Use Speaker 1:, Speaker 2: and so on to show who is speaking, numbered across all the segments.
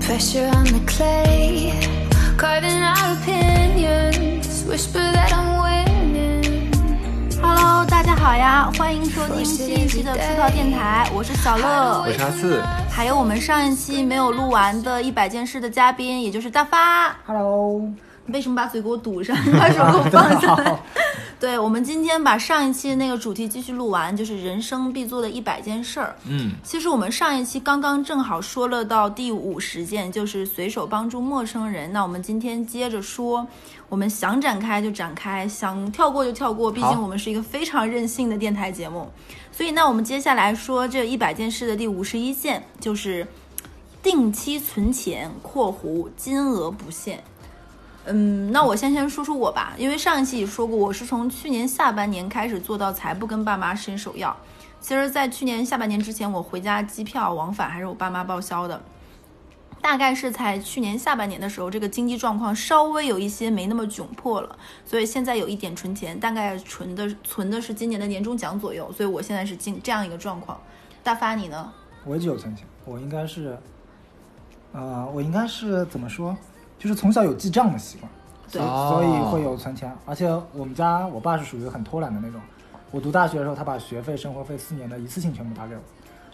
Speaker 1: Pressure on the clay, carving our opinions, whisper that I'm winning.
Speaker 2: Hello，大家好呀，欢迎收听新一期的出逃电台，我是小乐
Speaker 3: 我，是阿四，
Speaker 2: 还有我们上一期没有录完的一百件事的嘉宾，也就是大发。
Speaker 4: Hello，
Speaker 2: 你为什么把嘴给我堵上？你把手给我放 下来。对，我们今天把上一期那个主题继续录完，就是人生必做的一百件事儿。
Speaker 3: 嗯，
Speaker 2: 其实我们上一期刚刚正好说了到第五十件，就是随手帮助陌生人。那我们今天接着说，我们想展开就展开，想跳过就跳过，毕竟
Speaker 3: 好
Speaker 2: 我们是一个非常任性的电台节目。所以，那我们接下来说这一百件事的第五十一件，就是定期存钱（括弧金额不限）。嗯，那我先先说说我吧，因为上一期也说过，我是从去年下半年开始做到财不跟爸妈伸手要。其实，在去年下半年之前，我回家机票往返还是我爸妈报销的。大概是在去年下半年的时候，这个经济状况稍微有一些没那么窘迫了，所以现在有一点存钱，大概存的存的是今年的年终奖左右，所以我现在是进这样一个状况。大发你呢？
Speaker 4: 我一直有存钱，我应该是，呃，我应该是怎么说，就是从小有记账的习惯，所以、
Speaker 3: 哦
Speaker 4: 所以会有存钱。而且我们家我爸是属于很偷懒的那种，我读大学的时候，他把学费、生活费四年的一次性全部打给我，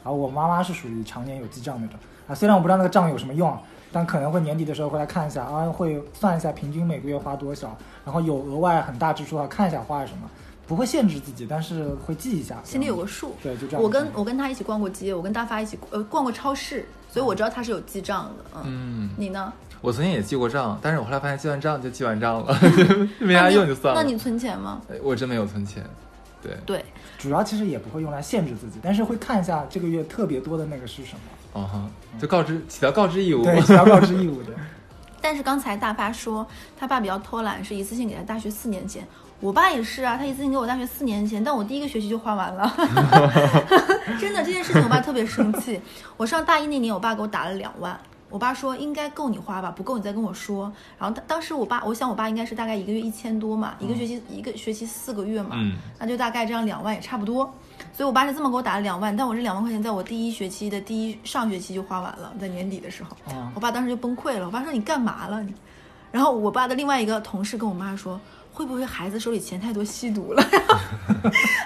Speaker 4: 然后我妈妈是属于常年有记账那种啊，虽然我不知道那个账有什么用啊。但可能会年底的时候会来看一下啊，会算一下平均每个月花多少，然后有额外很大支出啊，看一下花了什么，不会限制自己，但是会记一下，
Speaker 2: 心里有个数。
Speaker 4: 对，就这样。
Speaker 2: 我跟我跟他一起逛过街，我跟大发一起呃逛过超市，所以我知道他是有记账的。嗯，
Speaker 3: 嗯，
Speaker 2: 你呢？
Speaker 3: 我曾经也记过账，但是我后来发现记完账就记完账了，
Speaker 2: 嗯那
Speaker 3: 没啥
Speaker 2: 啊你
Speaker 3: 啊用就算了。
Speaker 2: 那你存钱吗？
Speaker 3: 哎我真没有存钱，对，
Speaker 2: 对，
Speaker 4: 主要其实也不会用来限制自己，但是会看一下这个月特别多的那个是什么。
Speaker 3: 哦哈，就告知起到告知义务。
Speaker 4: 对，只要告知义务的。
Speaker 2: 但是刚才大发说他爸比较偷懒，是一次性给他大学四年钱。我爸也是啊，他一次性给我大学四年钱，但我第一个学期就花完了。 真的，这件事情我爸特别生气。我上大一那年，我爸给我打了两万。我爸说应该够你花吧，不够你再跟我说。然后当当时我爸，我想我爸应该是大概一个月一千多嘛，一个学期一个学期四个月嘛，
Speaker 3: 嗯
Speaker 2: 那就大概这样两万也差不多。所以我爸是这么给我打了两万，但我这两万块钱在我第一学期的第一上学期就花完了，在年底的时候。
Speaker 4: 啊、
Speaker 2: 我爸当时就崩溃了，我爸说你干嘛了你？然后我爸的另外一个同事跟我妈说，会不会孩子手里钱太多吸毒了？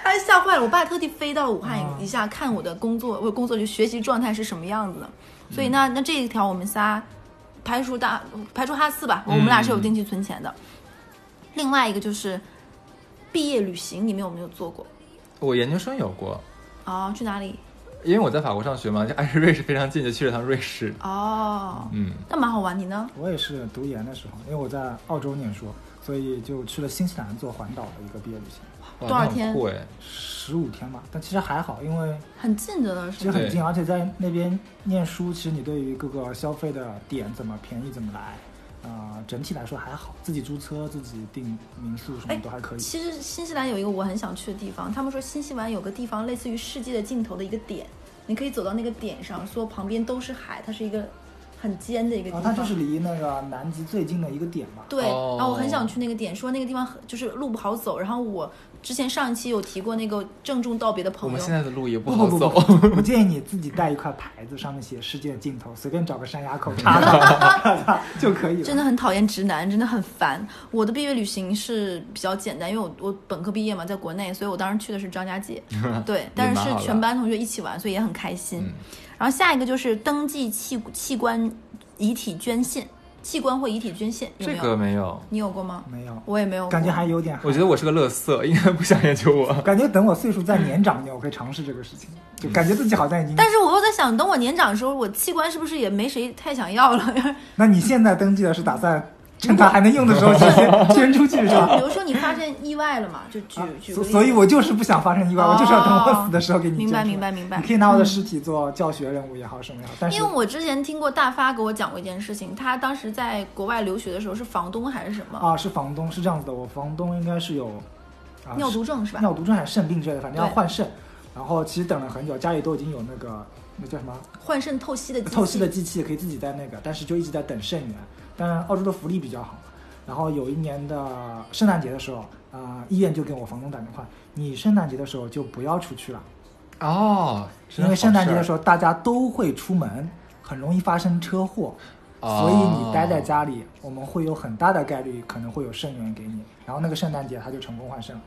Speaker 2: 他吓坏了，我爸特地飞到武汉
Speaker 4: 啊
Speaker 2: 一下、看我的工作，我工作就学习状态是什么样子的。所
Speaker 4: 嗯
Speaker 2: 以那那这一条我们仨排除大排除哈四吧，
Speaker 4: 嗯
Speaker 2: 我们俩是有定期存钱的。另外一个就是毕业旅行，你们有没有做过？
Speaker 3: 我研究生有过，
Speaker 4: 嗯
Speaker 2: 哦，去哪里？
Speaker 3: 因为我在法国上学嘛，就挨着瑞士非常近，就去了趟瑞士。
Speaker 2: 哦，
Speaker 3: 嗯，
Speaker 2: 那蛮好玩。你呢？
Speaker 4: 我也是读研的时候，因为我在澳洲念书，所以就去了新西兰做环岛的一个毕业旅行，
Speaker 3: 哇
Speaker 2: 多少
Speaker 3: 那很
Speaker 2: 天
Speaker 3: 酷哎，
Speaker 4: 十五天吧。但其实还好，因为
Speaker 2: 很近的呢，
Speaker 4: 其
Speaker 2: 是
Speaker 4: 实
Speaker 2: 吗？
Speaker 4: 很
Speaker 3: 对
Speaker 4: 近，而且在那边念书，其实你对于各个消费的点怎么便宜怎么来，呃，整体来说还好。自己租车、自己订民宿什么都还可以。
Speaker 2: 哎其实新西兰有一个我很想去的地方，他们说新西兰有个地方类似于世界的尽头的一个点，你可以走到那个点上，说旁边都是海，它是一个很尖的一个地
Speaker 4: 然后
Speaker 2: 方。
Speaker 4: 它就是离哦那个南极最近的一个点吧。
Speaker 2: 对，
Speaker 3: 哦
Speaker 2: 然后我很想去那个点，说那个地方很就是路不好走。然后我之前上一期有提过那个郑重道别的
Speaker 3: 我
Speaker 2: 朋
Speaker 3: 们
Speaker 2: 友
Speaker 3: 现，在的路也不
Speaker 4: 不
Speaker 3: 好
Speaker 4: 不
Speaker 3: 走。
Speaker 4: 不不，我建议你自己带一块牌子，上面写“世界尽头”，随便找个山崖口插上插 上就可以了。
Speaker 2: 真的很讨厌直男，真的很烦。我的毕业旅行是比较简单，因为我我本科毕业嘛，在国内，所以我当时去的是张家 界，对，但是
Speaker 3: 也蛮好
Speaker 2: 是
Speaker 3: 的
Speaker 2: 全班同学一起玩，所以也很开心。
Speaker 3: 嗯
Speaker 2: 然后下一个就是登记器器官遗体捐献，器官或遗体捐献有没
Speaker 3: 这
Speaker 2: 有？
Speaker 3: 个没有，
Speaker 2: 你有过吗？
Speaker 4: 没有，
Speaker 2: 我也没有过，
Speaker 4: 感觉还有点。
Speaker 3: 我觉得我是个乐色，应该不想研究我。
Speaker 4: 感觉等我岁数再年长一点，我会尝试这个事情，就感觉自己好像已经。
Speaker 2: 但是我又在想，等我年长的时候，我器官是不是也没谁太想要了？
Speaker 4: 那你现在登记的是打算趁它还能用的时候先 先捐出去是
Speaker 2: 就比
Speaker 4: 吧？
Speaker 2: 如说你发现意外了嘛，就举、
Speaker 4: 啊
Speaker 2: 举个
Speaker 4: 所
Speaker 2: 例子
Speaker 4: 所以，我就是不想发生意外，我就是要等
Speaker 2: 哦
Speaker 4: 我死的时候给你
Speaker 2: 明
Speaker 4: 捐出
Speaker 2: 白
Speaker 4: 来。
Speaker 2: 明白明白嗯
Speaker 4: 你可以拿我的尸体做教学任务也好，什么也好，但是
Speaker 2: 因为我之前听过大发给我讲过一件事情，他当时在国外留学的时候是房东还是什么、
Speaker 4: 啊，是房东是这样子的，我房东应该是有啊
Speaker 2: 尿毒症是吧？
Speaker 4: 尿毒症还是肾病之类的，反正要
Speaker 2: 对
Speaker 4: 换肾。然后其实等了很久，家里都已经有那个那叫什么
Speaker 2: 换肾透析的机器
Speaker 4: 透析的机器，可以自己在那个，但是就一直在等肾源。但澳洲的福利比较好，然后有一年的圣诞节的时候，啊、医院就给我房东打电话，你圣诞节的时候就不要出去了，
Speaker 3: 哦，
Speaker 4: 因为圣诞节的时
Speaker 3: 候
Speaker 4: 候大家都会出门，很容易发生车祸。
Speaker 3: 哦
Speaker 4: 所以你待在家里，我们会有很大的概率可能会有肾源给你，然后那个圣诞节他就成功换肾了。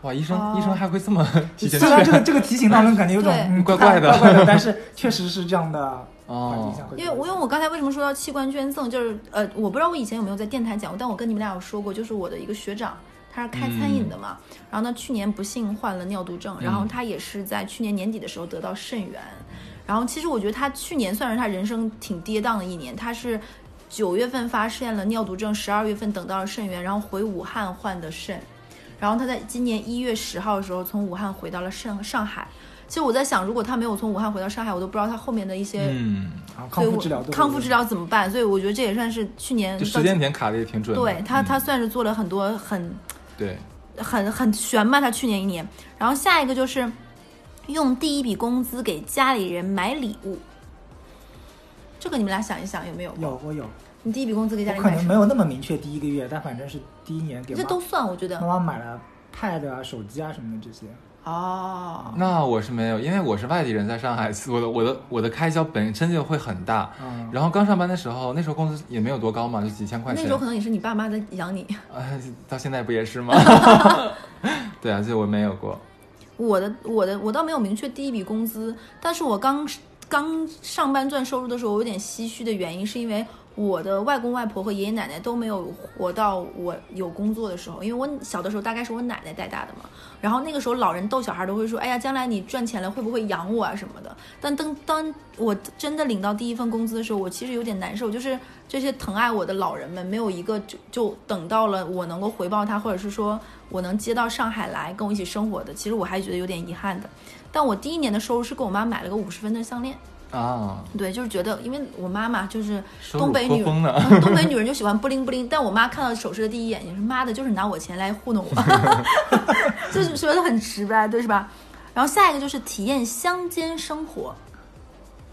Speaker 3: 哇，医生、
Speaker 2: 哦
Speaker 3: 医生还会这么 提前
Speaker 4: 虽然这个
Speaker 3: 劝
Speaker 4: 这个提醒让人感觉有种
Speaker 2: 对
Speaker 4: 嗯
Speaker 3: 怪怪的
Speaker 4: 怪怪的，但是确实是这样的环境下
Speaker 3: 哦
Speaker 4: 会。
Speaker 2: 因为我因为我刚才为什么说到器官捐赠，就是呃，我不知道我以前有没有在电台讲过，但我跟你们俩有说过，就是我的一个学长，他是开餐饮的嘛，然后呢，去年不幸患了尿毒症，然后他也是在去年年底的时候得到肾源，然后其实我觉得他去年算是他人生挺跌宕的一年，他是。九月份发现了尿毒症，十二月份等到了肾源，然后回武汉换的肾，然后他在今年一月十号的时候从武汉回到了上上海。其实我在想，如果他没有从武汉回到上海，我都不知道他后面的一些
Speaker 3: 嗯，
Speaker 4: 啊
Speaker 2: 所
Speaker 4: 康
Speaker 2: 以
Speaker 4: 复
Speaker 2: 我
Speaker 4: 治疗都会
Speaker 2: 康复治疗怎么办？所以我觉得这也算是去年
Speaker 3: 就时间点卡的也挺准的。
Speaker 2: 对他，
Speaker 3: 嗯
Speaker 2: 他算是做了很多很
Speaker 3: 对，
Speaker 2: 很很悬吧，他去年一年。然后下一个就是用第一笔工资给家里人买礼物，这个你们俩想一想有没有？
Speaker 4: 有我有，
Speaker 2: 你第一笔工资给家里
Speaker 4: 我
Speaker 2: 人买
Speaker 4: 可能
Speaker 2: 什
Speaker 4: 没
Speaker 2: 么？
Speaker 4: 有那么明确第一个月，但反正是第一年给
Speaker 2: 这
Speaker 4: 妈
Speaker 2: 都算，我觉
Speaker 4: 妈
Speaker 2: 得
Speaker 4: 妈买了 pad 啊、手机啊什么的这些。
Speaker 2: 哦。
Speaker 3: 那我是没有，因为我是外地人，在上海，我的我的我的开销本身就会很大。
Speaker 4: 嗯，
Speaker 3: 然后刚上班的时候，那时候工资也没有多高嘛，就几千块
Speaker 2: 那
Speaker 3: 钱。
Speaker 2: 时候可能也是你爸妈在养你。
Speaker 3: 哎，到现在不也 是吗？ 对啊，所以我没有过。
Speaker 2: 我的我的我倒没有明确第一笔工资，但是我刚刚上班赚收入的时候，我有点唏嘘的原因是因为我的外公外婆和爷爷奶奶都没有活到我有工作的时候，因为我小的时候大概是我奶奶带大的嘛，然后那个时候老人逗小孩都会说，哎呀，将来你赚钱了会不会养我啊什么的。但当当我真的领到第一份工资的时候，我其实有点难受，就是这些疼爱我的老人们没有一个就就等到了我能够回报他，或者是说我能接到上海来跟我一起生活的，其实我还觉得有点遗憾的。但我第一年的收入是给我妈买了个五十分的项链，
Speaker 3: 啊，
Speaker 2: 对，就是觉得因为我妈妈就是
Speaker 3: 收入
Speaker 2: 东北
Speaker 3: 颇
Speaker 2: 女嗯
Speaker 3: 丰呢。
Speaker 2: 东北女人就喜欢不灵不灵，但我妈看到首饰的第一眼也是妈的，就是拿我钱来糊弄 我，就是觉得很直白，对是吧？然后下一个就是体验乡间生活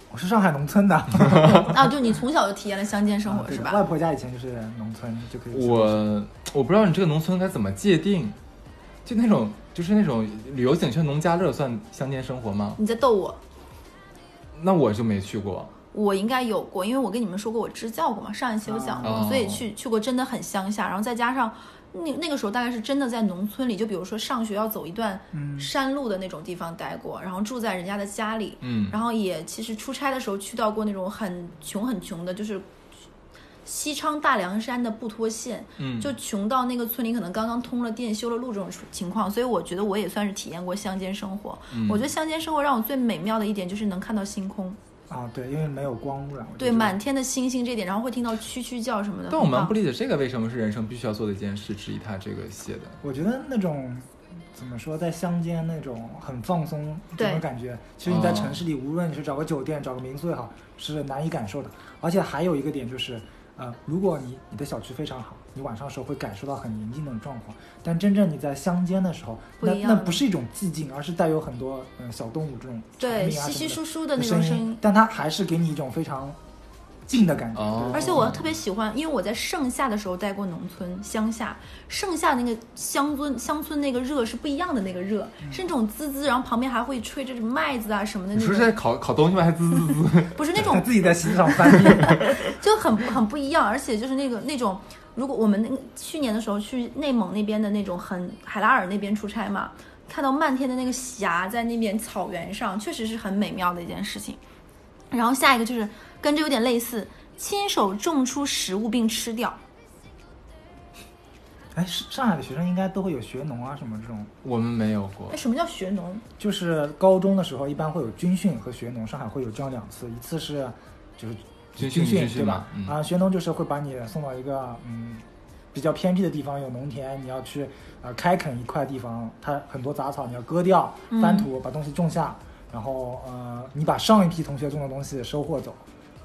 Speaker 4: 我是上海农村的，
Speaker 2: 啊，就你从小就体验了乡间生活、
Speaker 4: 啊
Speaker 2: 是
Speaker 4: 对的
Speaker 2: 吧？
Speaker 4: 外婆家以前就是农村，就可以去。
Speaker 3: 我我不知道你这个农村该怎么界定，就那种就是那种旅游景区的农家乐算乡间生活吗？
Speaker 2: 你在逗我，
Speaker 3: 那我就没去过。
Speaker 2: 我应该有过，因为我跟你们说过我支教过嘛，上一期有讲过，
Speaker 3: 哦
Speaker 2: 所以去去过真的很乡下，然后再加上。那那个时候大概是真的在农村里，就比如说上学要走一段
Speaker 4: 嗯
Speaker 2: 山路的那种地方待过，然后住在人家的家里，
Speaker 3: 嗯，
Speaker 2: 然后也其实出差的时候去到过那种很穷很穷的，就是西昌大凉山的布拖县，
Speaker 3: 嗯
Speaker 2: 就穷到那个村里可能刚刚通了电、修了路这种处情况，所以我觉得我也算是体验过乡间生活。
Speaker 3: 嗯
Speaker 2: 我觉得乡间生活让我最美妙的一点就是能看到星空，
Speaker 4: 啊，对，因为没有光污染。我觉
Speaker 2: 对
Speaker 4: 得
Speaker 2: 满天的星星这点，然后会听到蛐蛐叫什么的。
Speaker 3: 但我蛮
Speaker 2: 很
Speaker 3: 不
Speaker 2: 棒
Speaker 3: 理解这个为什么是人生必须要做的一件事之一，他这个写
Speaker 2: 嗯
Speaker 3: 的。
Speaker 4: 我觉得那种怎么说，在乡间那种很放松这
Speaker 2: 对
Speaker 4: 种感觉，其实你在
Speaker 3: 哦
Speaker 4: 城市里，无论你是找个酒店、找个民宿也好，是难以感受的。而且还有一个点就是，呃，如果你你的小区非常好，你晚上的时候会感受到很宁静的状况。但真正你在乡间的时候，
Speaker 2: 不
Speaker 4: 那
Speaker 2: 一样
Speaker 4: 那
Speaker 2: 了
Speaker 4: 不是一种寂静，而是带有很多嗯小动物这种
Speaker 2: 对
Speaker 4: 蝉鸣啊
Speaker 2: 稀稀
Speaker 4: 什
Speaker 2: 疏
Speaker 4: 么
Speaker 2: 疏的
Speaker 4: 的
Speaker 2: 那种声
Speaker 4: 声
Speaker 2: 音。，
Speaker 4: 但它还是给你一种非常静的感觉。
Speaker 3: 哦
Speaker 4: 对
Speaker 2: 而且我特别喜欢，因为我在盛夏的时候待过农村乡下，盛夏那个乡村乡村那个热是不一样的那个热，是那种滋滋，然后旁边还会吹着麦子啊什么的
Speaker 3: 嗯你
Speaker 2: 那
Speaker 3: 说是在
Speaker 2: 种，
Speaker 3: 烤烤东西吗？还滋滋滋？
Speaker 2: 不是那
Speaker 4: 我
Speaker 2: 种
Speaker 4: 自己在席上翻页，
Speaker 2: 就很很不一样，而且就是那个那种，如果我们那个去年的时候去内蒙那边的那种很海拉尔那边出差嘛，看到漫天的那个霞在那边草原上，确实是很美妙的一件事情。然后下一个就是跟这有点类似，亲手种出食物并吃掉。
Speaker 4: 哎，是上海的学生应该都会有学农啊什么这种。
Speaker 3: 我们没有过
Speaker 2: 哎，。什么叫学农？
Speaker 4: 就是高中的时候，一般会有军训和学农，上海会有这样两次，一次是就是
Speaker 3: 军训
Speaker 4: 军
Speaker 3: 军训
Speaker 4: 对吧？
Speaker 3: 嘛嗯
Speaker 4: 啊，学农就是会把你送到一个嗯比较偏僻的地方，有农田，你要去呃开垦一块地方，它很多杂草，你要割掉、翻土，把东西种下，然后呃你把上一批同学种的东西收获走，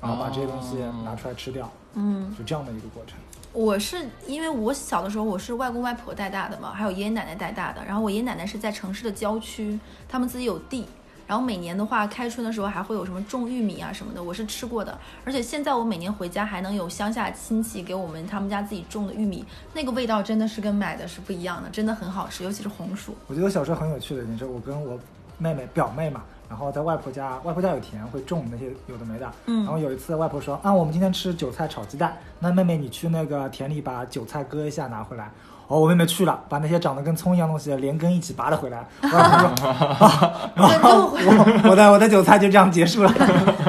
Speaker 4: 然后把这些东西
Speaker 3: 哦
Speaker 4: 拿出来吃掉，
Speaker 2: 嗯，
Speaker 4: 就这样的一个过程。
Speaker 2: 我是因为我小的时候我是外公外婆带大的嘛，还有爷爷奶奶带大的。然后我爷爷奶奶是在城市的郊区，他们自己有地。然后每年的话，开春的时候还会有什么种玉米啊什么的，我是吃过的。而且现在我每年回家还能有乡下亲戚给我们他们家自己种的玉米，那个味道真的是跟买的是不一样的，真的很好吃，尤其是红薯。
Speaker 4: 我觉得我小时候很有趣的一件事，我跟我妹妹表妹嘛，然后在外婆家，外婆家有田，会种那些有的没的。
Speaker 2: 嗯
Speaker 4: 然后有一次，外婆说啊，我们今天吃韭菜炒鸡蛋，那妹妹你去那个田里把韭菜割一下拿回来。哦，我妹妹去了，把那些长得跟葱一样的东西连根一起拔 了回来。外婆说，啊、然后我我的我的韭菜就这样结 束了。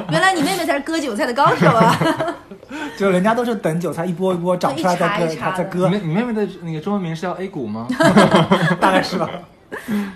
Speaker 2: 原来你妹妹才是割韭菜的高手啊！
Speaker 4: 就人家都是等韭菜一波一波长出来再
Speaker 2: 就
Speaker 4: 割，
Speaker 2: 一茬一茬的
Speaker 4: 再
Speaker 3: 你
Speaker 4: 割，
Speaker 3: 妹你妹妹的那个中文名是叫 A 股吗？
Speaker 4: 大概是吧。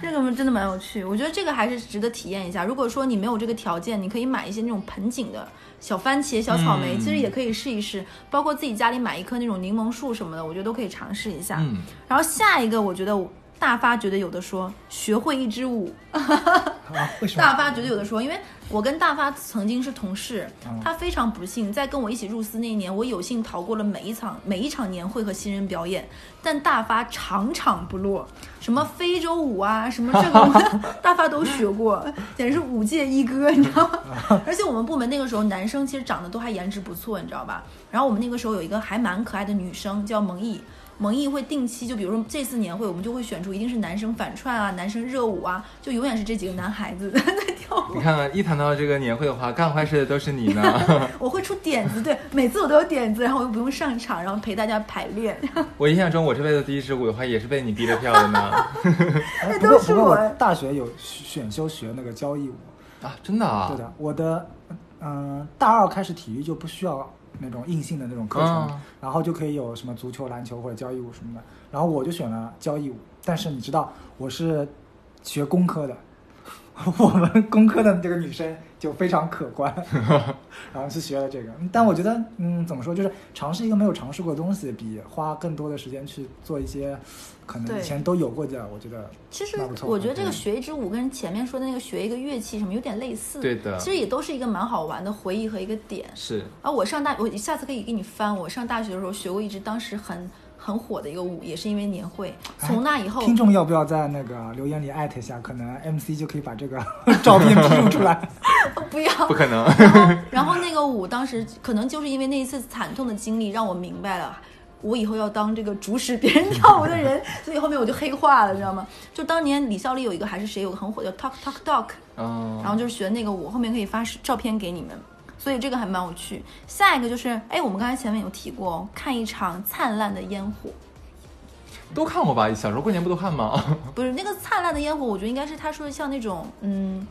Speaker 2: 这个真的蛮有趣，我觉得这个还是值得体验一下。如果说你没有这个条件，你可以买一些那种盆景的小番茄、小草莓，
Speaker 3: 嗯
Speaker 2: 其实也可以试一试。包括自己家里买一棵那种柠檬树什么的，我觉得都可以尝试一下。
Speaker 3: 嗯，
Speaker 2: 然后下一个，我觉得我大发觉得有的说，学会一支舞。
Speaker 4: 啊，为什
Speaker 2: 大
Speaker 4: 么？
Speaker 2: 发绝对有的说，因为我跟大发曾经是同事，
Speaker 4: 嗯
Speaker 2: 他非常不幸，在跟我一起入司那一年，我有幸逃过了每一场每一场年会和新人表演，但大发场场不落，什么非洲舞啊，什么这个舞 大发都学过，简直是舞界一哥，你知道吗？而且我们部门那个时候男生其实长得都还颜值不错，你知道吧？然后我们那个时候有一个还蛮可爱的女生叫蒙毅。蒙毅会定期，就比如说这次年会，我们就会选出一定是男生反串啊，男生热舞啊，就永远是这几个男孩子 在跳舞。
Speaker 3: 你看啊看，一谈到这个年会的话，干坏事的都是你呢。
Speaker 2: 我会出点子，对，每次我都有点子，然后我又不用上场，然后陪大家排练。
Speaker 3: 我印象中，我这辈子第一支舞的话，也是被你逼着跳的呢。
Speaker 4: 哎不
Speaker 2: 那
Speaker 4: 过
Speaker 2: 都是
Speaker 4: 不过
Speaker 2: 我
Speaker 4: 我大学有选修学那个交谊舞，
Speaker 3: 啊，真的啊？
Speaker 4: 对的，我的嗯、大二开始体育就不需要那种硬性的那种课程，
Speaker 3: 啊
Speaker 4: 然后就可以有什么足球、篮球或者交谊舞什么的。然后我就选了交谊舞，但是你知道我是学工科的， 我们工科的这个女生就非常可 观，然后是学了这个。但我觉得，嗯，怎么说，就是尝试一个没有尝试过的东西，比花更多的时间去做一些可能
Speaker 2: 对
Speaker 4: 以前都有过的，我觉得
Speaker 2: 其实
Speaker 4: 那不错
Speaker 2: 我觉得这个
Speaker 4: 嗯
Speaker 2: 学一支舞跟前面说的那个学一个乐器什么有点类似，
Speaker 3: 对的
Speaker 2: 其实也都是一个蛮好玩的回忆和一个点。
Speaker 3: 是，
Speaker 2: 啊，我上大，我下次可以给你翻。我上大学的时候学过一支当时很很火的一个舞，也是因为年会。从那以后，
Speaker 4: 听众要不要在那个留言里艾特一下？可能 MC 就可以把这个 照片披露出来。
Speaker 2: 哦不要
Speaker 3: 不 可 能。
Speaker 2: 然后，然后那个舞当时可能就是因为那一次惨痛的经历，让我明白了，我以后要当这个主使别人跳舞的人，所以后面我就黑化了，知道吗？就当年李孝利有一个还是谁有个很火叫 Talk Talk Talk，
Speaker 3: 嗯，
Speaker 2: 然后就是学那个舞，后面可以发视照片给你们。所以这个还蛮有趣。下一个就是，哎，我们刚才前面有提过哦，看一场灿烂的烟火，
Speaker 3: 都看过吧？小时候过年不都看吗？
Speaker 2: 不是那个灿烂的烟火，我觉得应该是他说的像那种嗯。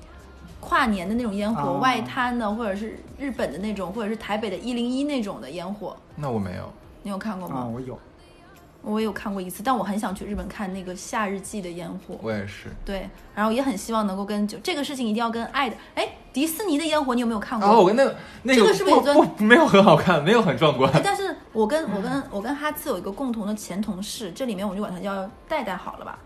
Speaker 2: 跨年的那种烟火，
Speaker 4: 哦
Speaker 2: 外滩的，或者是日本的那种，或者是台北的一零一那种的烟火，
Speaker 3: 那我没有。
Speaker 2: 你有看过
Speaker 4: 啊，
Speaker 2: 吗？
Speaker 4: 我有，
Speaker 2: 我也有看过一次，但我很想去日本看那个夏日祭的烟火。
Speaker 3: 我也是。
Speaker 2: 对，然后也很希望能够跟就这个事情一定要跟爱的哎，迪士尼的烟火你有没有看过？
Speaker 3: 啊，我跟那个那
Speaker 2: 这
Speaker 3: 个
Speaker 2: 个是不是也
Speaker 3: 不不没有很好看，没有很壮
Speaker 2: 哎
Speaker 3: 观。
Speaker 2: 但是我跟我跟我跟哈次有一个共同的前同事，这里面我就管他叫戴戴好了吧。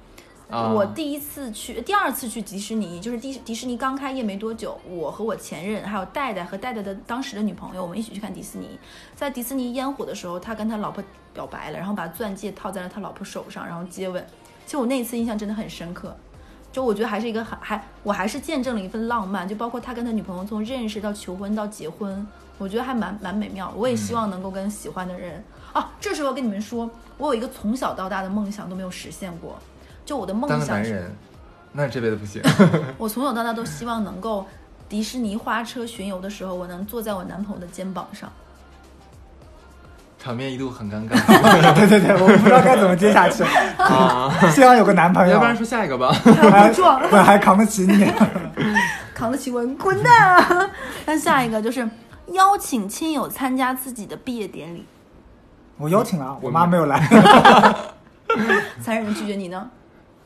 Speaker 3: 啊
Speaker 2: 我第一次去，第二次去迪士尼，就是迪迪士尼刚开业没多久，我和我前任还有戴戴和戴戴的当时的女朋友，我们一起去看迪士尼。在迪士尼烟火的时候，他跟他老婆表白了，然后把钻戒套在了他老婆手上，然后接吻。其实我那一次印象真的很深刻，就我觉得还是一个很还我还是见证了一份浪漫，就包括他跟他女朋友从认识到求婚到结婚，我觉得还蛮蛮美妙。我也
Speaker 3: 嗯
Speaker 2: 希望能够跟喜欢的人、啊，这时候跟你们说，我有一个从小到大的梦想都没有实现过，就我的梦
Speaker 3: 当个
Speaker 2: 想
Speaker 3: 男
Speaker 2: 是，
Speaker 3: 人，那这辈子不 行。
Speaker 2: 我从小到大都希望能够迪士尼花车巡游的时候，我能坐在我男朋友的肩膀 上。
Speaker 3: 场面一度很尴尬
Speaker 4: 对对对，我不知道该怎么接下去。
Speaker 3: 啊！
Speaker 4: 希望有个男朋 友，
Speaker 3: 要不然说下一个 吧。
Speaker 4: 还
Speaker 2: 不撞
Speaker 4: 我还扛得起你。
Speaker 2: 扛得起我，你滚蛋、啊！ 那下一个就是邀请亲友参加自己的毕业典礼，
Speaker 4: 我邀请了，我妈没有来。
Speaker 2: 残忍的拒绝你呢？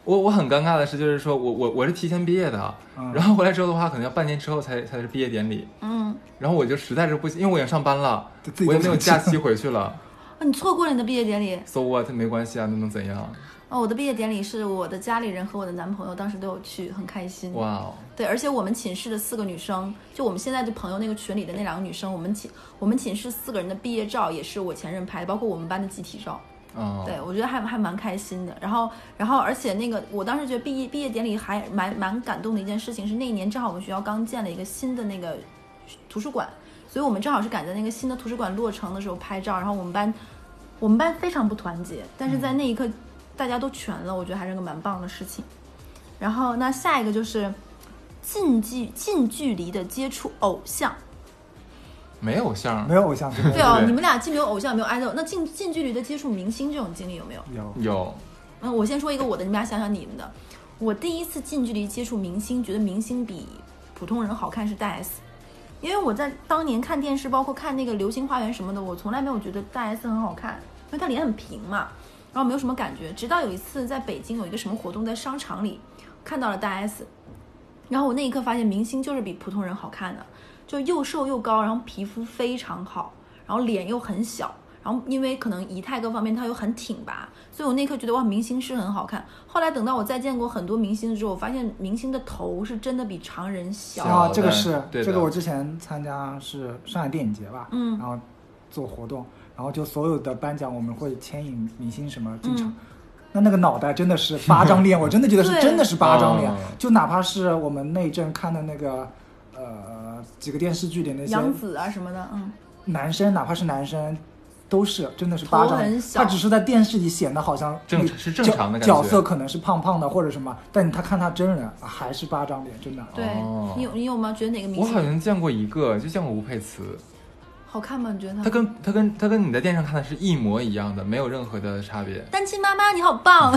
Speaker 3: 我我很尴尬的是，就是说我我我是提前毕业的，
Speaker 4: 嗯
Speaker 3: 然后回来之后的话，可能要半年之后才才是毕业典礼。
Speaker 2: 嗯，
Speaker 3: 然后我就实在是不行，因为我已经上班了
Speaker 4: 对自己，都
Speaker 3: 我也没有
Speaker 4: 生气了
Speaker 3: 假期回去了。
Speaker 2: 啊你错过了你的毕业典礼
Speaker 3: So what？没关系啊，那能怎样？
Speaker 2: 哦！我的毕业典礼是我的家里人和我的男朋友当时都有去，很开心。
Speaker 3: 哇哦！
Speaker 2: 对，而且我们寝室的四个女生，就我们现在就朋友那个群里的那两个女生，我们寝我们寝室四个人的毕业照也是我前任拍的，包括我们班的集体照。
Speaker 3: 嗯，
Speaker 2: 对，我觉得还还蛮开心的。然后，然后，而且那个，我当时觉得毕业毕业典礼还蛮蛮感动的一件事情是，那一年正好我们学校刚建了一个新的那个图书馆，所以我们正好是赶在那个新的图书馆落成的时候拍照。然后我们班，我们班非常不团结，但是在那一刻大家都全了，我觉得还是个蛮棒的事情。然后，那下一个就是近距近距离的接触偶像。
Speaker 3: 没有像儿
Speaker 4: 没有偶像剧，
Speaker 2: 对哦，
Speaker 3: 对
Speaker 2: 你们俩既没有偶像，也没有 idol，那近近距离的接触明星这种经历有没有？
Speaker 4: 有
Speaker 3: 有，
Speaker 2: 嗯，我先说一个我的，你们俩想想你们的。我第一次近距离接触明星，觉得明星比普通人好看是大 S，因为我在当年看电视，包括看那个《流星花园》什么的，我从来没有觉得大 S 很好看，因为她脸很平嘛，然后没有什么感觉。直到有一次在北京有一个什么活动，在商场里看到了大 S，然后我那一刻发现明星就是比普通人好看的，就又瘦又高，然后皮肤非常好，然后脸又很小，然后因为可能仪态各方面她又很挺拔，所以我那一刻觉得哇，明星是很好看。后来等到我再见过很多明星之后，我发现明星的头是真的比常人小。
Speaker 3: 小
Speaker 4: 啊，这个
Speaker 3: 的
Speaker 4: 是
Speaker 3: 对
Speaker 4: 这个
Speaker 3: 的
Speaker 4: 我之前参加是上海电影节吧，
Speaker 2: 嗯
Speaker 4: 然后做活动，然后就所有的颁奖我们会牵引明星什么进场。
Speaker 2: 嗯
Speaker 4: 那那个脑袋真的是八张脸，我真的觉得是
Speaker 2: 对
Speaker 4: 真的是八张脸
Speaker 3: 嗯，
Speaker 4: 就哪怕是我们那一阵看的那个，呃，几个电视剧里那些
Speaker 2: 杨紫啊什么的，嗯，
Speaker 4: 男生，哪怕是男生，都是真的是巴
Speaker 2: 头
Speaker 4: 掌
Speaker 2: 很。小
Speaker 4: 他只是在电视里显得好像
Speaker 3: 正
Speaker 4: 那
Speaker 3: 是正
Speaker 4: 角
Speaker 3: 常的感
Speaker 4: 角
Speaker 3: 觉
Speaker 4: 色可能是胖胖的或者什么，但你他看他真人啊还是巴掌脸，真 的。
Speaker 2: 对、
Speaker 3: 哦
Speaker 2: 你有你有吗？觉得哪个明
Speaker 3: 我好
Speaker 2: 星
Speaker 3: 像见过一个，就见过吴佩慈，
Speaker 2: 好看吗？你觉得
Speaker 3: 她
Speaker 2: 他？
Speaker 3: 跟她跟她跟你在电视上看的是一模一样的，没有任何的差别。
Speaker 2: 单亲妈妈，你好 棒，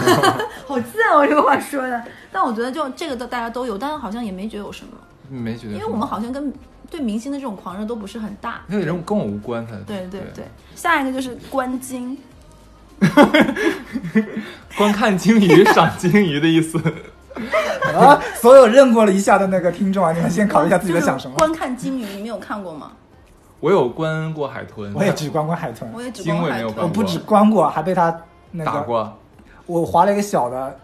Speaker 2: 好贱哦！这个话说的，但我觉得就这个都大家都有，但是好像也没觉得有什么，
Speaker 3: 没觉得
Speaker 2: 因
Speaker 3: 什么，
Speaker 2: 为我们好像跟对明星的这种狂热都不是很大。
Speaker 3: 那个人跟我无关，他
Speaker 2: 对对对， 下一个就是关 金，
Speaker 3: 观看鲸鱼 赏鲸鱼的意思。
Speaker 4: 啊，所有认过了一下的那个听众啊，你们先考虑一下自己在想什么
Speaker 2: 就是。观看金鱼，你们有看过吗？
Speaker 3: 我有观过海豚，
Speaker 4: 我也只观过海豚，
Speaker 2: 我也只
Speaker 3: 金
Speaker 2: 观
Speaker 3: 我也
Speaker 2: 海
Speaker 3: 没有
Speaker 4: 我
Speaker 2: 豚
Speaker 3: 观。
Speaker 4: 不止观过，还被他那
Speaker 3: 打
Speaker 4: 个，
Speaker 3: 过，
Speaker 4: 我划了一个小的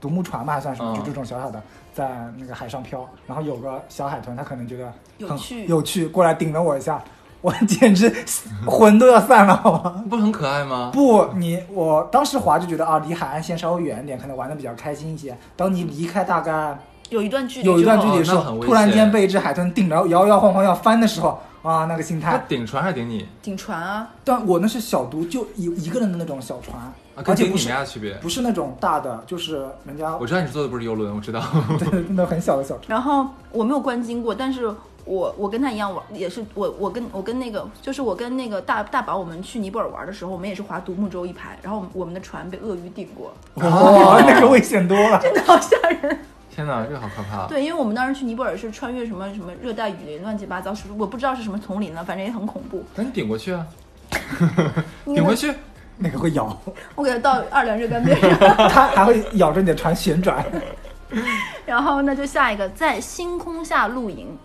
Speaker 4: 独木船吧，还算什么，
Speaker 3: 嗯
Speaker 4: 就这种小小的，在那个海上漂，然后有个小海豚，它可能觉得
Speaker 2: 有
Speaker 4: 很
Speaker 2: 趣
Speaker 4: 有趣，过来顶了我一下，我简直 魂都要散了，好吗？
Speaker 3: 不是很可爱吗？
Speaker 4: 不，你我当时划就觉得啊，离海岸线稍微远一点，可能玩的比较开心一些。当你离开大概
Speaker 2: 有一段距离之后，
Speaker 4: 有一段距离的时
Speaker 3: 哦那很
Speaker 4: 候，
Speaker 3: 危
Speaker 4: 突然间
Speaker 3: 险
Speaker 4: 被一只海豚顶着摇摇晃晃要翻的时候，啊，那个心
Speaker 3: 他
Speaker 4: 态
Speaker 3: 顶船还是顶你
Speaker 2: 顶船啊，
Speaker 4: 但我那是小独，就一一个人的那种小船，
Speaker 3: 啊？
Speaker 4: 而
Speaker 3: 跟
Speaker 4: 且
Speaker 3: 顶
Speaker 4: 不
Speaker 3: 你没
Speaker 4: 是
Speaker 3: 啥区别。
Speaker 4: 不是那种大的，就是人家
Speaker 3: 我知道你坐的不是游轮，我知道。
Speaker 4: 对那种很小的小船。
Speaker 2: 然后我没有观鲸过，但是我我跟他一样玩，也是我我跟我跟那个就是我跟那个大大宝，我们去尼泊尔玩的时候，我们也是划独木舟一排，然后我们我们的船被鳄鱼顶过，
Speaker 4: 哇、哦那个危险多了。
Speaker 2: 真的好吓人。
Speaker 3: 天哪，这个好可怕。啊
Speaker 2: 对，因为我们当时去尼泊尔是穿越什么什么热带雨林，乱七八糟，是我不知道是什么丛林了，反正也很恐怖。
Speaker 3: 那你顶过去啊，
Speaker 2: 应该
Speaker 3: 顶回去。
Speaker 4: 那个会咬，
Speaker 2: 我给他倒二两热干面，然后
Speaker 4: 它还会咬着你的船旋转。
Speaker 2: 然后那就下一个，在星空下露营，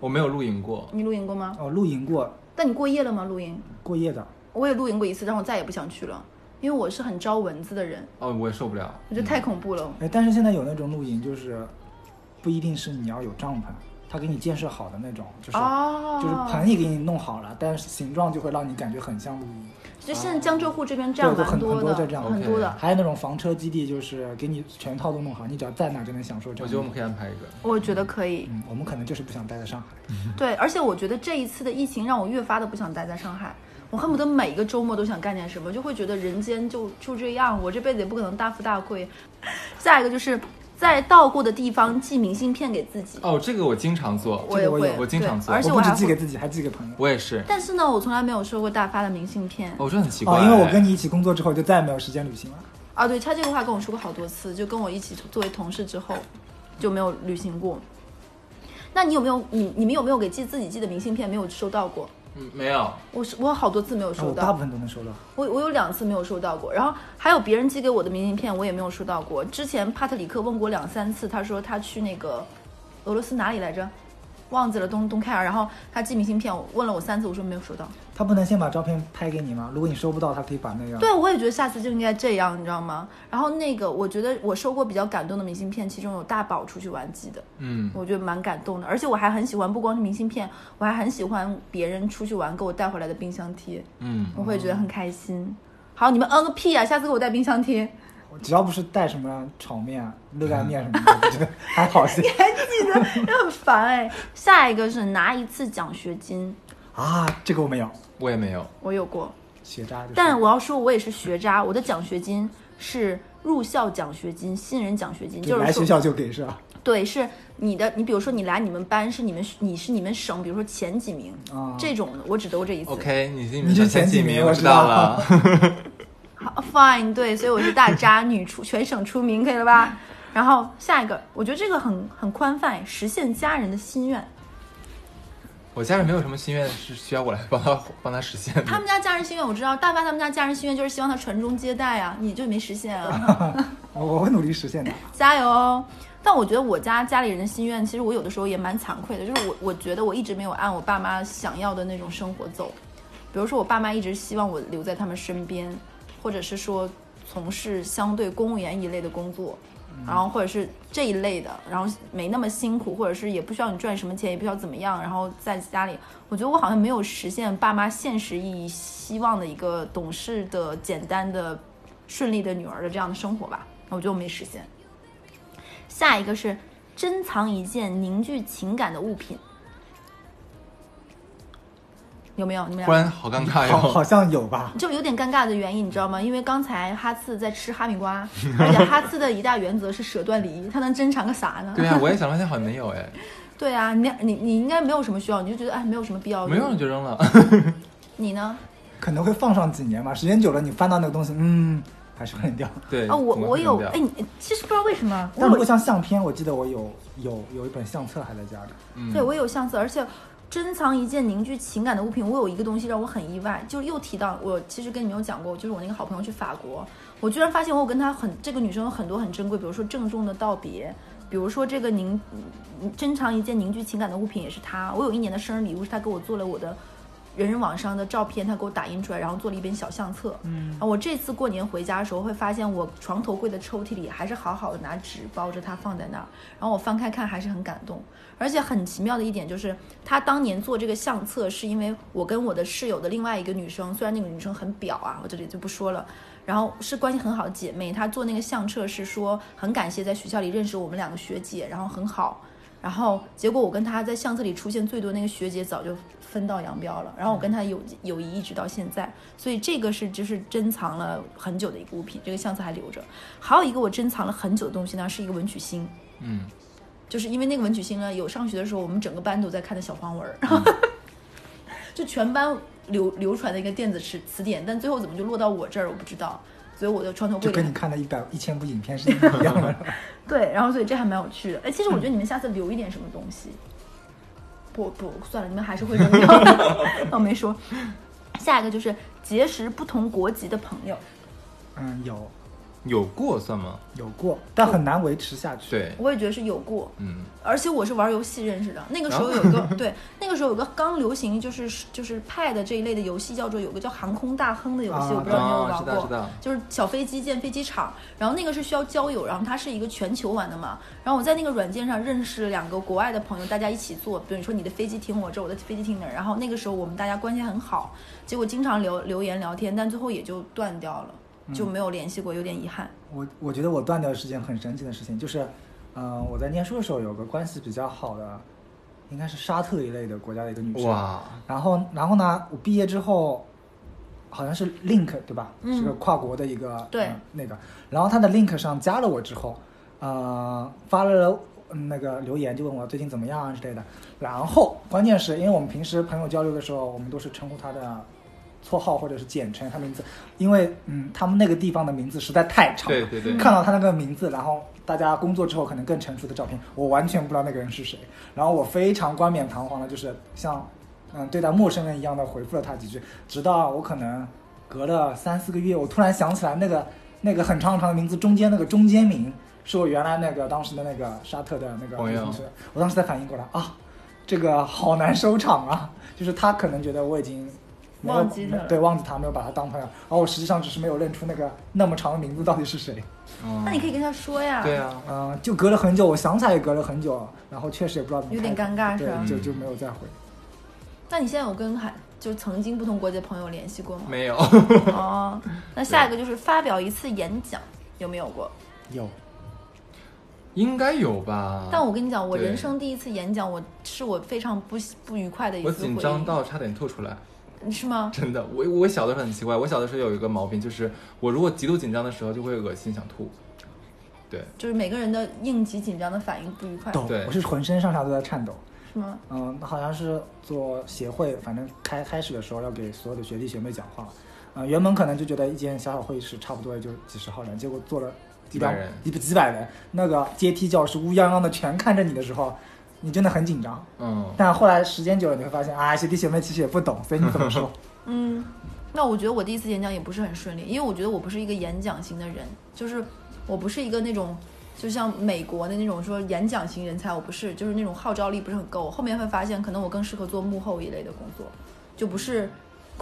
Speaker 3: 我没有露营过，
Speaker 2: 你露营过吗？
Speaker 4: 哦，露营过
Speaker 2: 但你过夜了吗？露营？
Speaker 4: 过夜的，
Speaker 2: 我也露营过一次，但我再也不想去了，因为我是很招蚊子的人，
Speaker 3: 哦，我也受不了。
Speaker 2: 我觉得太恐怖了。
Speaker 4: 哎，但是现在有那种露营，就是不一定是你要有帐篷，它给你建设好的那种，就是、
Speaker 2: 哦，
Speaker 4: 就是盆也给你弄好了，但是形状就会让你感觉很像露营。
Speaker 2: 就现在江浙沪这边这样
Speaker 4: 对就
Speaker 2: 蛮
Speaker 4: 很
Speaker 2: 多
Speaker 4: 很多
Speaker 2: 的，
Speaker 4: 在这样
Speaker 2: 很多的。
Speaker 4: 还有那种房车基地，就是给你全套都弄好，你只要在哪就能享受这
Speaker 3: 我觉
Speaker 4: 样的
Speaker 3: 得我们可以安排一个。
Speaker 2: 我觉得可以，
Speaker 4: 嗯，我们可能就是不想待在上海。
Speaker 2: 对，而且我觉得这一次的疫情让我越发的不想待在上海，我恨不得每个周末都想干点什么，就会觉得人间就就这样，我这辈子也不可能大富大贵。下一个就是在到过的地方寄明信片给自己，
Speaker 3: 哦，这个我经常做，
Speaker 2: 也
Speaker 4: 这个我有
Speaker 2: 会，
Speaker 3: 我经常
Speaker 2: 对
Speaker 3: 做
Speaker 2: 而且
Speaker 4: 我不
Speaker 2: 还
Speaker 4: 止寄给
Speaker 2: 会，
Speaker 4: 自己，还寄给朋友。
Speaker 3: 我也是。
Speaker 2: 但是呢，我从来没有收过大发的明信片。
Speaker 3: 哦，这很奇怪。
Speaker 4: 哦，因为我跟你一起工作之后，就再也没有时间旅行了。
Speaker 2: 啊，对他这个话跟我说过好多次，就跟我一起作为同事之后就没有旅行过。那你有没有你你们有没有给寄自己寄的明信片没有收到过？
Speaker 3: 嗯没有，
Speaker 2: 我是我有好多次没有
Speaker 4: 啊
Speaker 2: 收
Speaker 4: 我大
Speaker 2: 到
Speaker 4: 部，分都能收到。
Speaker 2: 我我有两次没有收到过，然后还有别人寄给我的明信片我也没有收到过。之前帕特里克问过两三次，他说他去那个俄罗斯哪里来着，忘记了东东开尔，然后他寄明信片，我问了我三次，我说没有收到。
Speaker 4: 他不能先把照片拍给你吗？如果你收不到，他可以把那个。
Speaker 2: 对，我也觉得下次就应该这样，你知道吗？然后那个，我觉得我收过比较感动的明信片，其中有大宝出去玩寄的，
Speaker 3: 嗯，
Speaker 2: 我觉得蛮感动的。而且我还很喜欢，不光是明信片，我还很喜欢别人出去玩给我带回来的冰箱贴，
Speaker 3: 嗯，
Speaker 2: 我会觉得很开心。好，你们嗯个屁啊！下次给我带冰箱贴，
Speaker 4: 只要不是带什么炒面、啊、热干面什么 的，我觉得还好些
Speaker 2: 还记得，很烦哎。下一个是拿一次奖学金，
Speaker 4: 啊。这个我没有，
Speaker 3: 我也没有。
Speaker 2: 我有过，
Speaker 4: 学渣就是。
Speaker 2: 但我要说，我也是学渣，我的奖学金是入校奖学金、新人奖学金，
Speaker 4: 对
Speaker 2: 就是
Speaker 4: 来
Speaker 2: 说
Speaker 4: 学校就给是吧？
Speaker 2: 对，是你的，你比如说你来你们班是你们你是你们省，比如说前几名，
Speaker 4: 啊
Speaker 2: 这种的我只兜这一次。
Speaker 3: OK，你是
Speaker 4: 你是前几
Speaker 3: 几
Speaker 4: 名
Speaker 3: 我
Speaker 4: 我
Speaker 3: 知
Speaker 4: 知道
Speaker 3: 道了。
Speaker 2: 好，fine，对，所以我是大渣女出全省出名，可以了吧？然后下一个，我觉得这个很很宽泛，实现家人的心愿。
Speaker 3: 我家人没有什么心愿是需要我来帮他帮他实现的。
Speaker 2: 他们家家人心愿我知道，大发他们家家人心愿就是希望他传宗接代啊，你就没实现啊，
Speaker 4: 我我会努力实现的。
Speaker 2: 加油哦！但我觉得我家家里人的心愿，其实我有的时候也蛮惭愧的，就是我我觉得我一直没有按我爸妈想要的那种生活走，比如说我爸妈一直希望我留在他们身边，或者是说从事相对公务员一类的工作，然后或者是这一类的，然后没那么辛苦，或者是也不需要你赚什么钱，也不需要怎么样，然后在家里，我觉得我好像没有实现爸妈现实意义希望的一个懂事的、简单的、顺利的女儿的这样的生活吧，我觉得我没实现。下一个是珍藏一件凝聚情感的物品，有没有？你们俩
Speaker 3: 忽然好尴尬
Speaker 4: 好，好
Speaker 3: 哟。
Speaker 4: 像有吧？
Speaker 2: 就有点尴尬的原因，你知道吗？因为刚才哈次在吃哈密瓜，而且哈次的一大原则是舍断离，他能珍藏个啥呢？
Speaker 3: 对呀、我也想了半天，好像没有哎，
Speaker 2: 对啊，你你你应该没有什么需要，你就觉得哎没有什么必要。
Speaker 3: 没有你就扔了。
Speaker 2: 哦你呢？
Speaker 4: 可能会放上几年吧，时间久了你翻到那个东西，嗯，还是会扔掉。
Speaker 3: 对
Speaker 2: 啊，我
Speaker 3: 怎么
Speaker 2: 我
Speaker 3: 会扔
Speaker 2: 有
Speaker 3: 掉
Speaker 2: 哎，你其实不知道为什么，我
Speaker 4: 但如果
Speaker 2: 有
Speaker 4: 像相片，我记得我有有有一本相册还在家里。
Speaker 3: 嗯
Speaker 2: 对我有相册，而且珍藏一件凝聚情感的物品。我有一个东西让我很意外，就又提到我其实跟你们有讲过，就是我那个好朋友去法国，我居然发现我有跟她很这个女生有很多很珍贵，比如说郑重的道别，比如说这个凝嗯珍藏一件凝聚情感的物品也是她。我有一年的生日礼物是她给我做了我的。人人网上的照片，她给我打印出来，然后做了一本小相册。嗯，然后我这次过年回家的时候，会发现我床头柜的抽屉里还是好好的拿纸包着它放在那儿，然后我翻开看还是很感动。而且很奇妙的一点就是，她当年做这个相册是因为我跟我的室友的另外一个女生，虽然那个女生很婊啊，我这里就不说了，然后是关系很好的姐妹，她做那个相册是说很感谢在学校里认识我们两个学姐，然后很好。然后结果我跟她在相册里出现最多那个学姐早就分道扬镳了，然后我跟她友
Speaker 4: 嗯
Speaker 2: 友谊一直到现在，所以这个是就是珍藏了很久的一个物品，这个相册还留着。还有一个我珍藏了很久的东西呢，是一个文曲星，
Speaker 3: 嗯，
Speaker 2: 就是因为那个文曲星呢，呃有上学的时候我们整个班都在看的小黄文 儿，就全班流流传的一个电子词词典，但最后怎么就落到我这儿，我不知道。所以我的床头柜
Speaker 4: 就
Speaker 2: 里
Speaker 4: 跟你看的一百一千部影片是一样 的。
Speaker 2: 对，然后所以这还蛮有趣的。哎，其实我觉得你们下次留一点什么东西，不不算了，你们还 是会扔掉的。我没说。下一个就是结识不同国籍的朋友，
Speaker 4: 嗯，有
Speaker 3: 有过算吗？
Speaker 4: 有过，但很难维持下去。，
Speaker 3: 对，
Speaker 2: 我也觉得是有过，
Speaker 3: 嗯，
Speaker 2: 而且我是玩游戏认识的。那个时候有一 个、对，那个时候有个刚流行就是就是 Pad 这一类的游戏，叫做有个叫航空大亨的游戏，
Speaker 4: 啊
Speaker 2: 我不知道你有没有
Speaker 3: 啊
Speaker 2: 玩
Speaker 3: 知道
Speaker 2: 过
Speaker 3: 知道，
Speaker 2: 就是小飞机建飞机场，然后那个是需要交友，然后它是一个全球玩的嘛。然后我在那个软件上认识了两个国外的朋友，大家一起坐，比如说你的飞机停我这，我的飞机停那儿。然后那个时候我们大家关系很好，结果经常留留言聊天，但最后也就断掉了，
Speaker 3: 嗯
Speaker 2: 就没有联系过，有点遗憾。
Speaker 4: 我我觉得我断掉是件很神奇的事情，就是，嗯、我在念书的时候有个关系比较好的，应该是沙特一类的国家的一个女生。
Speaker 3: 哇，
Speaker 2: 嗯
Speaker 4: 然后，然后呢？我毕业之后，好像是 Link 对吧？
Speaker 2: 嗯
Speaker 4: 是个跨国的一个
Speaker 2: 对
Speaker 4: 呃那个。然后他的 Link 上加了我之后，呃，发了嗯那个留言，就问我最近怎么样啊之类的。然后关键是因为我们平时朋友交流的时候，我们都是称呼他的绰号或者是简称他名字，因为嗯他们那个地方的名字实在太长了，
Speaker 3: 对对对
Speaker 4: 看到他那个名字，然后大家工作之后可能更成熟的照片，我完全不知道那个人是谁。然后我非常冠冕堂皇的，就是像嗯对待陌生人一样的回复了他几句，直到我可能隔了三四个月，我突然想起来那个 那个很长很长的名字中间那个中间名是我原来那个当时的那个沙特的那个
Speaker 3: 朋友
Speaker 4: 同学，我当时才反应过来啊，这个好难收场啊，就是他可能觉得我已经。没有
Speaker 2: 忘记他了
Speaker 4: 对，忘记他，没有把他当朋友，然后我实际上只是没有认出那个那么长的名字到底是谁。
Speaker 3: 嗯
Speaker 2: 那你可以跟他说呀，
Speaker 3: 对啊，
Speaker 4: 嗯、就隔了很久，我想起来也隔了很久，然后确实也不知道怎么
Speaker 2: 有点
Speaker 4: 开口
Speaker 2: 尴尬是吧
Speaker 3: 嗯
Speaker 4: 对，就就没有再回。
Speaker 2: 那你现在有跟海就曾经不同国籍的朋友联系过吗？
Speaker 3: 没有，
Speaker 2: 哦，那下一个就是发表一次演讲，有没有过？
Speaker 4: 有，
Speaker 3: 应该有吧？
Speaker 2: 但我跟你讲，我
Speaker 3: 对
Speaker 2: 人生第一次演讲，我是我非常不喜不愉快的一
Speaker 3: 我
Speaker 2: 次回忆。
Speaker 3: 紧张到差点吐出来。
Speaker 2: 是吗？
Speaker 3: 真的，我我小的时候很奇怪，我小的时候有一个毛病，就是我如果极度紧张的时候，就会恶心想吐。对，
Speaker 2: 就是每个人的应急紧张的反应不愉快，
Speaker 4: 抖
Speaker 3: 对，
Speaker 4: 我是浑身上下都在颤抖。
Speaker 2: 是吗？
Speaker 4: 嗯，好像是做协会，反正开开始的时候要给所有的学弟学妹讲话。嗯，原本可能就觉得一间小小会议室差不多也就几十号人，结果坐了
Speaker 3: 几百人
Speaker 4: 几几百人，那个阶梯教室乌泱泱的全看着你的时候，你真的很紧张。
Speaker 3: 嗯，
Speaker 4: 但后来时间久了，你会发现啊，学弟学妹其实也不懂，所以你怎 么说？
Speaker 2: 嗯，那我觉得我第一次演讲也不是很顺利，因为我觉得我不是一个演讲型的人，就是我不是一个那种就像美国的那种说演讲型人才，我不是，就是那种号召力不是很够。我后面会发现，可能我更适合做幕后一类的工作，就不是。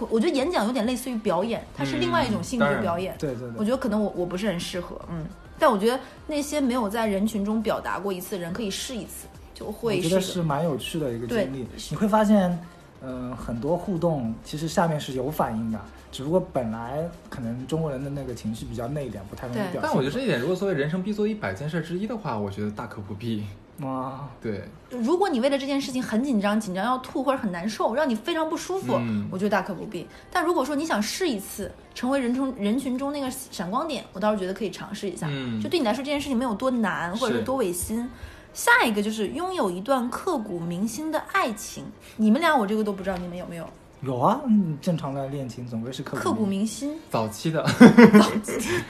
Speaker 2: 我觉得演讲有点类似于表演，它是另外一种性质
Speaker 3: 嗯当
Speaker 2: 的
Speaker 3: 然
Speaker 2: 表演。
Speaker 4: 对对
Speaker 2: 我
Speaker 4: 对，
Speaker 2: 觉得可能我我不是很适合，嗯。但我觉得那些没有在人群中表达过一次的人，可以试一次，就会是
Speaker 4: 我觉
Speaker 2: 一个
Speaker 4: 得是蛮有趣的一个
Speaker 2: 对
Speaker 4: 经历。你会发现，嗯、很多互动其实下面是有反应的，只不过本来可能中国人的那个情绪比较内敛，不太容易
Speaker 2: 对
Speaker 4: 表现出来。
Speaker 3: 但我觉得这一点，如果作为人生必做一百件事之一的话，我觉得大可不必。
Speaker 4: 哇，
Speaker 3: 对，
Speaker 2: 如果你为了这件事情很紧张，紧张要吐或者很难受，让你非常不舒服，
Speaker 3: 嗯
Speaker 2: 我觉得大可不必。但如果说你想试一次，成为人中人群中那个闪光点，我倒是觉得可以尝试一下。
Speaker 3: 嗯
Speaker 2: 就对你来说这件事情没有多难，或者是
Speaker 3: 是
Speaker 2: 多违心。下一个就是拥有一段刻骨铭心的爱情，你们俩我这个都不知道你们有没有
Speaker 4: 有啊，嗯，正常的恋情总归是刻
Speaker 2: 刻骨
Speaker 4: 骨铭，
Speaker 2: 铭心。
Speaker 3: 早期 的，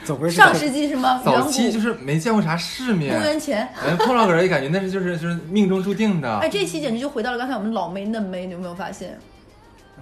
Speaker 4: 总归是刻
Speaker 2: 上世纪什么远
Speaker 3: 早
Speaker 2: 古
Speaker 3: 期就是没见过啥世
Speaker 2: 公
Speaker 3: 面，
Speaker 2: 元前，
Speaker 3: 哎，碰到个人也感觉那是就是就是命中注定的，
Speaker 2: 哎，这期简直就回到了刚才我们老妹嫩妹，你有没有发现？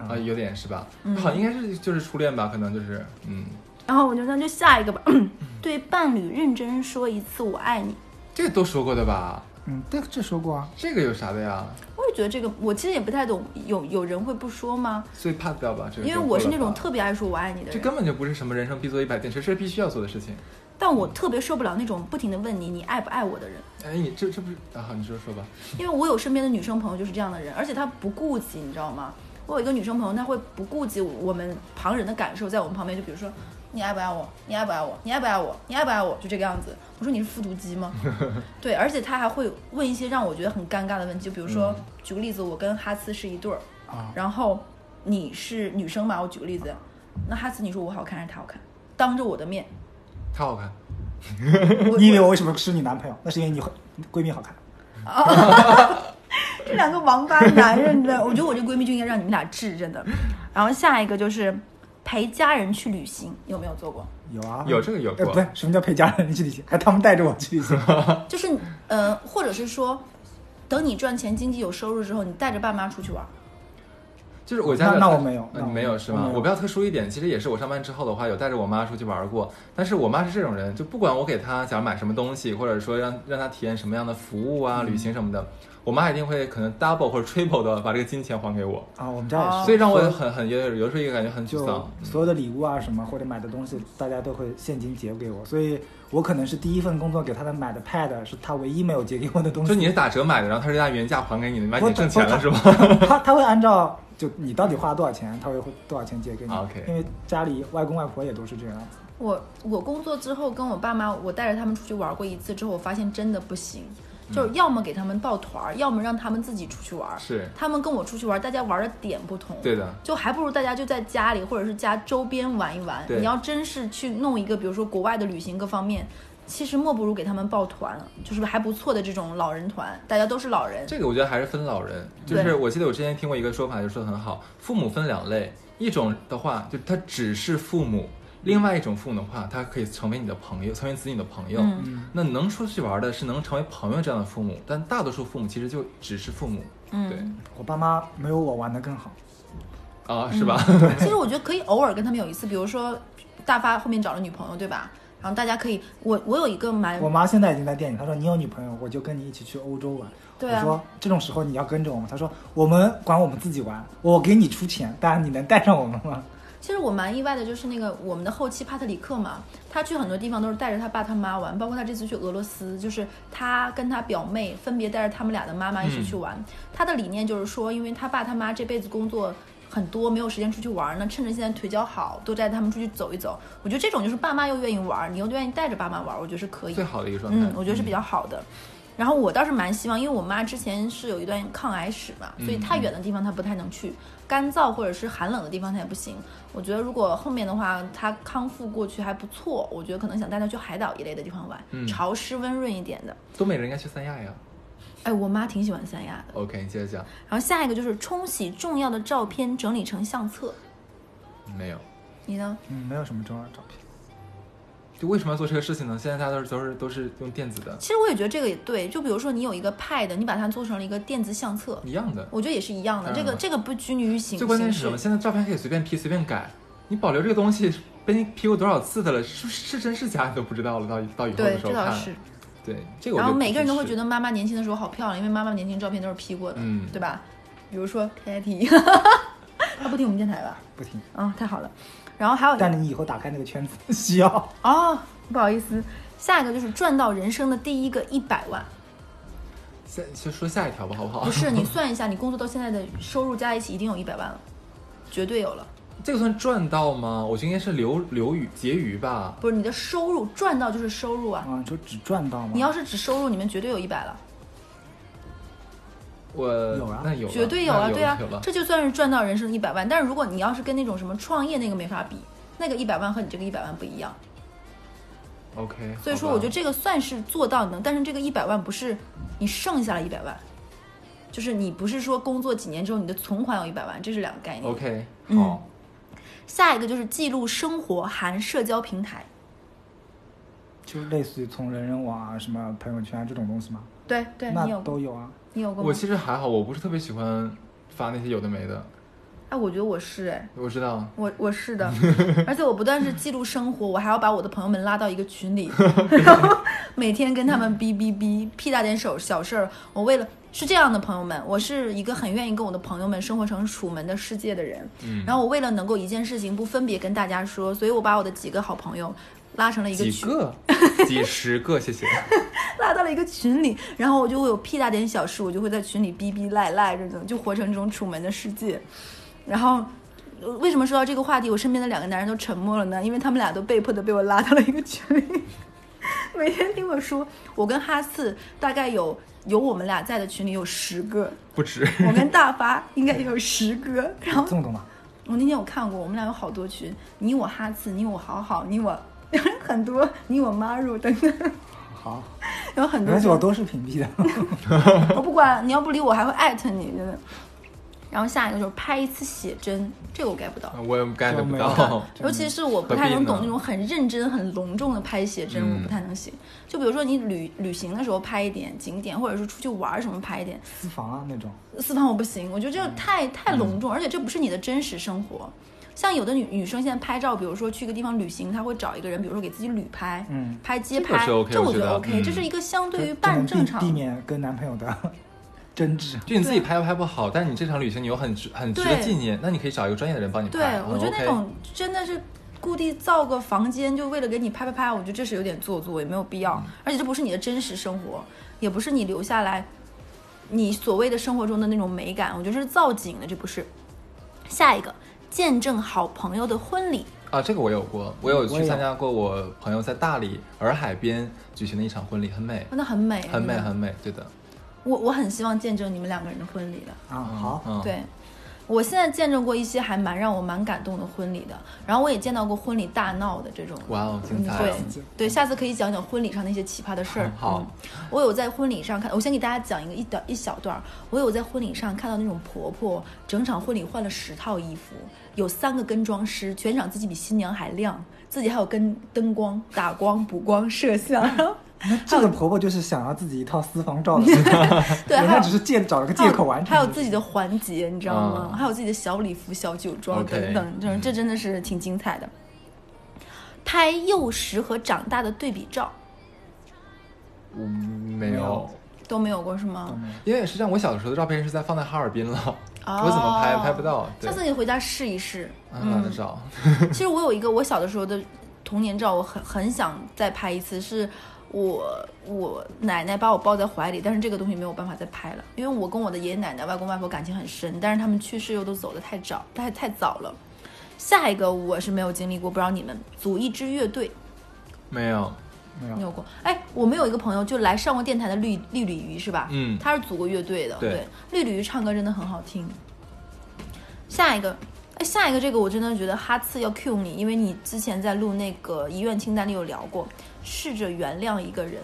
Speaker 4: 嗯
Speaker 3: 啊，有点是吧？
Speaker 2: 嗯
Speaker 3: 好，应该是就是初恋吧，可能就是，嗯，
Speaker 2: 然后我就那就下一个吧， 对伴侣认真说一次我爱你。
Speaker 3: 这个都说过的吧？
Speaker 4: 嗯，对，这说过啊，
Speaker 3: 这个有啥的呀？
Speaker 2: 我也觉得这个，我其实也不太懂，有有人会不说吗？
Speaker 3: 所以 pass 掉吧，这
Speaker 2: 因
Speaker 3: 个
Speaker 2: 为
Speaker 3: 就
Speaker 2: 我
Speaker 3: 过
Speaker 2: 是
Speaker 3: 了
Speaker 2: 那种
Speaker 3: 吧
Speaker 2: 特别爱说我爱你的
Speaker 3: 这
Speaker 2: 人，
Speaker 3: 根本就不是什么人生必做一百件事，这是必须要做的事情。
Speaker 2: 但我特别受不了那种不停的问你你爱不爱我的人，
Speaker 3: 哎，你这这不是啊？好，你说说吧。
Speaker 2: 因为我有身边的女生朋友就是这样的人，而且她不顾及，你知道吗？我有一个女生朋友，她会不顾及我们旁人的感受，在我们旁边就比如说你爱不爱我，你爱不爱我，你爱不爱我，你爱不爱我，就这个样子。我说你是复读机吗？ 对，而且她还会问一些让我觉得很尴尬的问题，就比如说、
Speaker 3: 嗯
Speaker 2: 举个例子，我跟哈斯是一对儿，
Speaker 4: 啊，
Speaker 2: 然后你是女生嘛，我举个例子，那哈斯你说我好看还是他好看？当着我的面，
Speaker 3: 他好看，
Speaker 2: 我
Speaker 4: 你以为我为什么是你男朋友？那是因为你好闺蜜好看，
Speaker 2: 这两个王八男人的，我 觉得我这闺蜜就应该让你们俩治，真的。然后下一个就是陪家人去旅行，有没有做过？
Speaker 4: 有啊，
Speaker 3: 有这个有
Speaker 4: 哎，
Speaker 3: 过
Speaker 4: 不。是什么叫陪家人去旅行，还他们带着我去 旅行，
Speaker 2: 就是呃，或者是说，等你赚钱、经济有收入之后，你带着爸妈出去玩。
Speaker 3: 就是我家
Speaker 4: 那
Speaker 3: 比较
Speaker 4: 那我
Speaker 3: 特
Speaker 4: 没有
Speaker 3: 呃
Speaker 4: 那我
Speaker 3: 你
Speaker 4: 没
Speaker 3: 没
Speaker 4: 有
Speaker 3: 有是
Speaker 4: 我
Speaker 3: 吗
Speaker 4: 没？有
Speaker 3: 我比较特殊一点，其实也是我上班之后的话，有带着我妈出去玩过。但是我妈是这种人，就不管我给她想买什么东西，或者说让让她体验什么样的服务啊、
Speaker 4: 嗯
Speaker 3: 旅行什么的，我妈一定会可能 double 或者 triple 的把这个金钱还给我，
Speaker 4: 啊，我们家也是，
Speaker 2: 哦
Speaker 3: 所以让我很很有有的时候也感觉很沮
Speaker 4: 就
Speaker 3: 丧。
Speaker 4: 所有的礼物啊什么或者买的东西，大家都会现金结给我，所以我可能是第一份工作给他的买的 pad 是他唯一没有结给我的东
Speaker 3: 就
Speaker 4: 西。
Speaker 3: 你是打折买的，然后她是按原价还给你的，你妈已
Speaker 4: 我
Speaker 3: 经挣钱了是吧？
Speaker 4: 他他会按照就你到底花了多少钱，他会会多少钱结给你。
Speaker 3: 啊 OK
Speaker 4: 因为家里外公外婆也都是这样。
Speaker 2: 我我工作之后跟我爸妈，我带着他们出去玩过一次之后，我发现真的不行，就是要么给他们报团儿，要么让他们自己出去玩儿。
Speaker 3: 是
Speaker 2: 他们跟我出去玩儿，大家玩儿的点不同。
Speaker 3: 对的，
Speaker 2: 就还不如大家就在家里或者是家周边玩一玩。
Speaker 3: 对
Speaker 2: 你要真是去弄一个，比如说国外的旅行各方面，其实莫不如给他们报团，就是还不错的这种老人团，大家都是老人。
Speaker 3: 这个我觉得还是分老人，就
Speaker 2: 对
Speaker 3: 是我记得我之前听过一个说法，就说的很好，父母分两类，一种的话就他只是父母，另外一种父母的话，他可以成为你的朋友，成为子女的朋友。
Speaker 2: 嗯
Speaker 4: 嗯，
Speaker 3: 那能出去玩的是能成为朋友这样的父母，但大多数父母其实就只是父母，
Speaker 2: 嗯，
Speaker 4: 我爸妈没有我玩的更好。
Speaker 3: 对啊，是吧？
Speaker 2: 其实我觉得可以偶尔跟他们有一次，比如说大发后面找了女朋友，对吧？然后大家可以，我我有一个蛮
Speaker 3: 嗯
Speaker 4: 我妈现在已经在店里，她说你有女朋友，我就跟你一起去欧洲玩。
Speaker 2: 对啊
Speaker 4: 我说这种时候你要跟着我们。她说我们管我们自己玩，我给你出钱，但你能带上我们吗？
Speaker 2: 其实我蛮意外的，就是那个我们的后期帕特里克嘛，他去很多地方都是带着他爸他妈玩，包括他这次去俄罗斯，就是他跟他表妹分别带着他们俩的妈妈一起去玩。他的理念就是说，因为他爸他妈这辈子工作。很多没有时间出去玩呢，趁着现在腿脚好，多带着他们出去走一走。我嗯觉得这种就是爸妈又愿意玩，你又愿意带着爸妈玩，我觉得是可以的
Speaker 3: 最好的一个状态。
Speaker 2: 嗯，我觉得是比较好的。然后我倒是蛮希望，因为我妈之前是有一段抗癌史嘛，所以
Speaker 3: 嗯
Speaker 2: 太远的地方她不太能去，干燥或者是寒冷的地方她也不行。我觉得如果后面的话，她康复过去还不错，我觉得可能想带她去海岛一类的地方玩，
Speaker 3: 嗯
Speaker 2: 潮湿温润一点的。
Speaker 3: 东北人应该去三亚呀。
Speaker 2: 哎，我妈挺喜欢三亚的。
Speaker 3: OK，你接着讲。
Speaker 2: 然后下一个就是冲洗重要的照片，整理成相册。
Speaker 3: 没有，
Speaker 2: 你呢？
Speaker 4: 嗯，没有什么重要的照片。
Speaker 3: 就为什么要做这个事情呢？现在大家都是都是都是用电子的，
Speaker 2: 其实我也觉得这个也对，就比如说你有一个 Pad，你把它做成了一个电子相册，
Speaker 3: 一样的。
Speaker 2: 我觉得也是一样的。
Speaker 3: 嗯
Speaker 2: 这个这个不拘泥于形
Speaker 3: 最关键
Speaker 2: 形
Speaker 3: 是什么？
Speaker 2: 式，
Speaker 3: 现在照片可以随便 P 随便改，你保留这个东西被你 P 过多少次的了，是是真是假你都不知道了。到到以后
Speaker 2: 对
Speaker 3: 的，时候
Speaker 2: 这倒
Speaker 3: 看，
Speaker 2: 是。
Speaker 3: 对这个我
Speaker 2: 然后
Speaker 3: 就
Speaker 2: 每个人都会
Speaker 3: 支
Speaker 2: 觉
Speaker 3: 持
Speaker 2: 得妈妈年轻的时候好漂亮，因为妈妈年轻照片都是 P 过的，
Speaker 3: 嗯
Speaker 2: 对吧？比如说 Kitty，她不听我们电台吧？
Speaker 4: 不听。
Speaker 2: 啊、太好了。然后还有一个
Speaker 4: 但你以后打开那个圈子 需要。
Speaker 2: 哦，不好意思，下一个就是赚到人生的第一个一百 万。
Speaker 3: 下就说下一条吧，好不好？
Speaker 2: 不是，你算一下，你工作到现在的收入加一起，一定有一百万了，绝对有了。
Speaker 3: 这个算赚到吗？我觉得应该是留留余结余吧。
Speaker 2: 不是你的收入赚到就是收入啊，
Speaker 3: 哦
Speaker 4: 啊，你说只赚到吗？
Speaker 2: 你要是只收入，你们绝对有一百了，
Speaker 3: 我
Speaker 4: 有啊
Speaker 3: 那有了
Speaker 2: 绝对
Speaker 3: 那
Speaker 2: 了，
Speaker 3: 有
Speaker 2: 对啊
Speaker 3: 有了，
Speaker 2: 这就算是赚到人生一百万。但是如果你要是跟那种什么创业那个没法比，那个一百万和你这个一百万不一样，
Speaker 3: OK。
Speaker 2: 所以说
Speaker 3: 好吧
Speaker 2: 我觉得这个算是做到能，但是这个一百万不是你剩下了一百万，就是你不是说工作几年之后你的存款有一百万，这是两个概念。
Speaker 3: OK
Speaker 2: 嗯
Speaker 3: 好。
Speaker 2: 下一个就是记录生活含社交平台，
Speaker 4: 就类似于从人人网啊、什么朋友圈啊这种东西吗？
Speaker 2: 对对，
Speaker 4: 那
Speaker 2: 你有
Speaker 4: 都有啊。
Speaker 2: 你有过
Speaker 3: 我
Speaker 2: 吗？
Speaker 3: 其实还好，我不是特别喜欢发那些有的没的。
Speaker 2: 哎，我觉得我是哎，
Speaker 3: 我知道，
Speaker 2: 我我是 的，而且我不但是记录生活，我还要把我的朋友们拉到一个群 里，然后每天跟他们哔哔哔，屁大点手小事儿。我为了是这样的朋友们，我是一个很愿意跟我的朋友们生活成楚门的世界的人。
Speaker 3: 嗯，
Speaker 2: 然后我为了能够一件事情不分别跟大家说，所以我把我的几个好朋友拉成了一个
Speaker 3: 几
Speaker 2: 群，
Speaker 3: 个，几十个，谢谢。
Speaker 2: 拉到了一个群里，然后我就会有屁大点小事，我就会在群里逼逼赖赖这种，就活成这种楚门的世界。然后呃为什么说到这个话题，我身边的两个男人都沉默了呢？因为他们俩都被迫的被我拉到了一个群里，每天听我说，我跟哈次大概有有我们俩在的群里有十 个，
Speaker 3: 不止。
Speaker 2: 我跟大发应该也有十个，然后
Speaker 4: 这么多吗？
Speaker 2: 我那天有看过，我们俩有好多群，你我哈次，你我好好，你我 很多，你我 Maru 等等，
Speaker 4: 好，
Speaker 2: 有 很
Speaker 4: 没
Speaker 2: 多
Speaker 4: 关系，
Speaker 2: 群。
Speaker 4: 我都是屏蔽的。
Speaker 2: 我不管，你要不理我还会艾特你，真的。然后下一个就是拍一次写真，这个我 get 不到，
Speaker 3: 呃我也 get
Speaker 4: 都
Speaker 3: 不
Speaker 4: 没有
Speaker 3: 到。
Speaker 2: 尤其是我不太能懂
Speaker 3: 何
Speaker 2: 那
Speaker 3: 必呢
Speaker 2: 种很认真、很隆重的拍写真，
Speaker 3: 嗯
Speaker 2: 我不太能行。就比如说你旅旅行的时候拍一点景点，或者是出去玩儿什么拍一点，
Speaker 4: 私房啊那种，
Speaker 2: 私房我不行，我觉得这个太
Speaker 3: 嗯
Speaker 2: 太隆重，而且这不是你的真实生活。像有的女女生现在拍照，比如说去一个地方旅行，她会找一个人，比如说给自己旅拍，
Speaker 4: 嗯
Speaker 2: 拍街
Speaker 3: 这个
Speaker 2: 拍，
Speaker 3: 是 OK，
Speaker 2: 我觉
Speaker 3: 我觉
Speaker 2: 得
Speaker 3: 得
Speaker 2: OK，
Speaker 3: 嗯
Speaker 2: 这是一个相 对于
Speaker 4: 就
Speaker 2: 半
Speaker 4: 能
Speaker 2: 正
Speaker 4: 避
Speaker 2: 常
Speaker 4: 避免跟男朋友的 争执。
Speaker 3: 就你自己拍又拍不好，但是你这场旅行你又很值很值得
Speaker 2: 对
Speaker 3: 纪念，那你可以找一个专业的人帮你
Speaker 2: 对
Speaker 3: 拍。，嗯
Speaker 2: 我觉得那
Speaker 3: o
Speaker 2: 种真的是故地造个房间，就为了给你拍拍拍，我觉得这是有点做作，也没有必要。而且这不是你的真实生活，也不是你留下来你所谓的生活中的那种美感，我觉得是造景的，这不是。下一个，见证好朋友的婚礼，
Speaker 3: k 啊，这个我有过，我有
Speaker 4: 我也
Speaker 3: 去
Speaker 4: 有
Speaker 3: 参加过我朋友在大理洱海边举行的一场婚礼，很美，
Speaker 2: 真的很美，
Speaker 3: 很美，
Speaker 2: 真的
Speaker 3: 很美，对的。
Speaker 2: 我我很希望见证你们两个人的婚礼的。
Speaker 4: 啊，
Speaker 3: 嗯
Speaker 4: 好，
Speaker 3: 嗯，
Speaker 2: 对，我现在见证过一些还蛮让我蛮感动的婚礼的，然后我也见到过婚礼大闹的这种。
Speaker 3: 哇哦，精
Speaker 2: 嗯，
Speaker 3: 彩
Speaker 2: 对
Speaker 3: 哦！
Speaker 2: 对，下次可以讲讲婚礼上那些奇葩的事儿。
Speaker 3: 好
Speaker 2: 嗯，我有在婚礼上看，我先给大家讲一个一短一小段儿。我有在婚礼上看到那种婆婆，整场婚礼换了十套衣服，有三个跟妆师，全场自己比新娘还亮，自己还有跟灯光、打光、补光、摄 像，然后
Speaker 4: 那这个婆婆就是想要自己一套私房照的，
Speaker 2: 对，还
Speaker 4: 人家
Speaker 2: 有
Speaker 4: 只是借找了个借口啊完成。
Speaker 2: 还有自己的环节，你知道吗？
Speaker 3: 嗯
Speaker 2: 还有自己的小礼服、小酒庄
Speaker 3: OK，
Speaker 2: 等等，这种这真的是挺精彩的。拍幼时和长大的对比照
Speaker 3: 嗯，没
Speaker 4: 没
Speaker 3: 有
Speaker 4: 有，
Speaker 2: 都没有过是
Speaker 4: 哦
Speaker 2: 吗？
Speaker 4: 嗯
Speaker 3: 因为是这样，我小时候的照片是在放在哈尔滨了，我怎么拍
Speaker 2: 哦
Speaker 3: 拍不到，对
Speaker 2: 下次，你回家试一试。
Speaker 3: 嗯懒得照。
Speaker 2: 其实我有一个我小的时候的童年照，我很很想再拍一次，是我我奶奶把我抱在怀里，但是这个东西没有办法再拍了，因为我跟我的爷爷奶奶、外公外婆感情很深，但是他们去世又都走得太早，太太早了。下一个我是没有经历过，不知道你们组一支乐队，
Speaker 3: 没有，
Speaker 4: 没有
Speaker 2: 你有过？哎，我们有一个朋友就来上过电台的绿绿鲤鱼是吧？
Speaker 3: 嗯
Speaker 2: 他是组过乐队的。
Speaker 3: 对
Speaker 2: 绿鲤鱼唱歌真的很好听。下一个，哎，下一个这个我真的觉得哈次要 cue 你，因为你之前在录那个遗愿清单里有聊过，试着原谅一个人。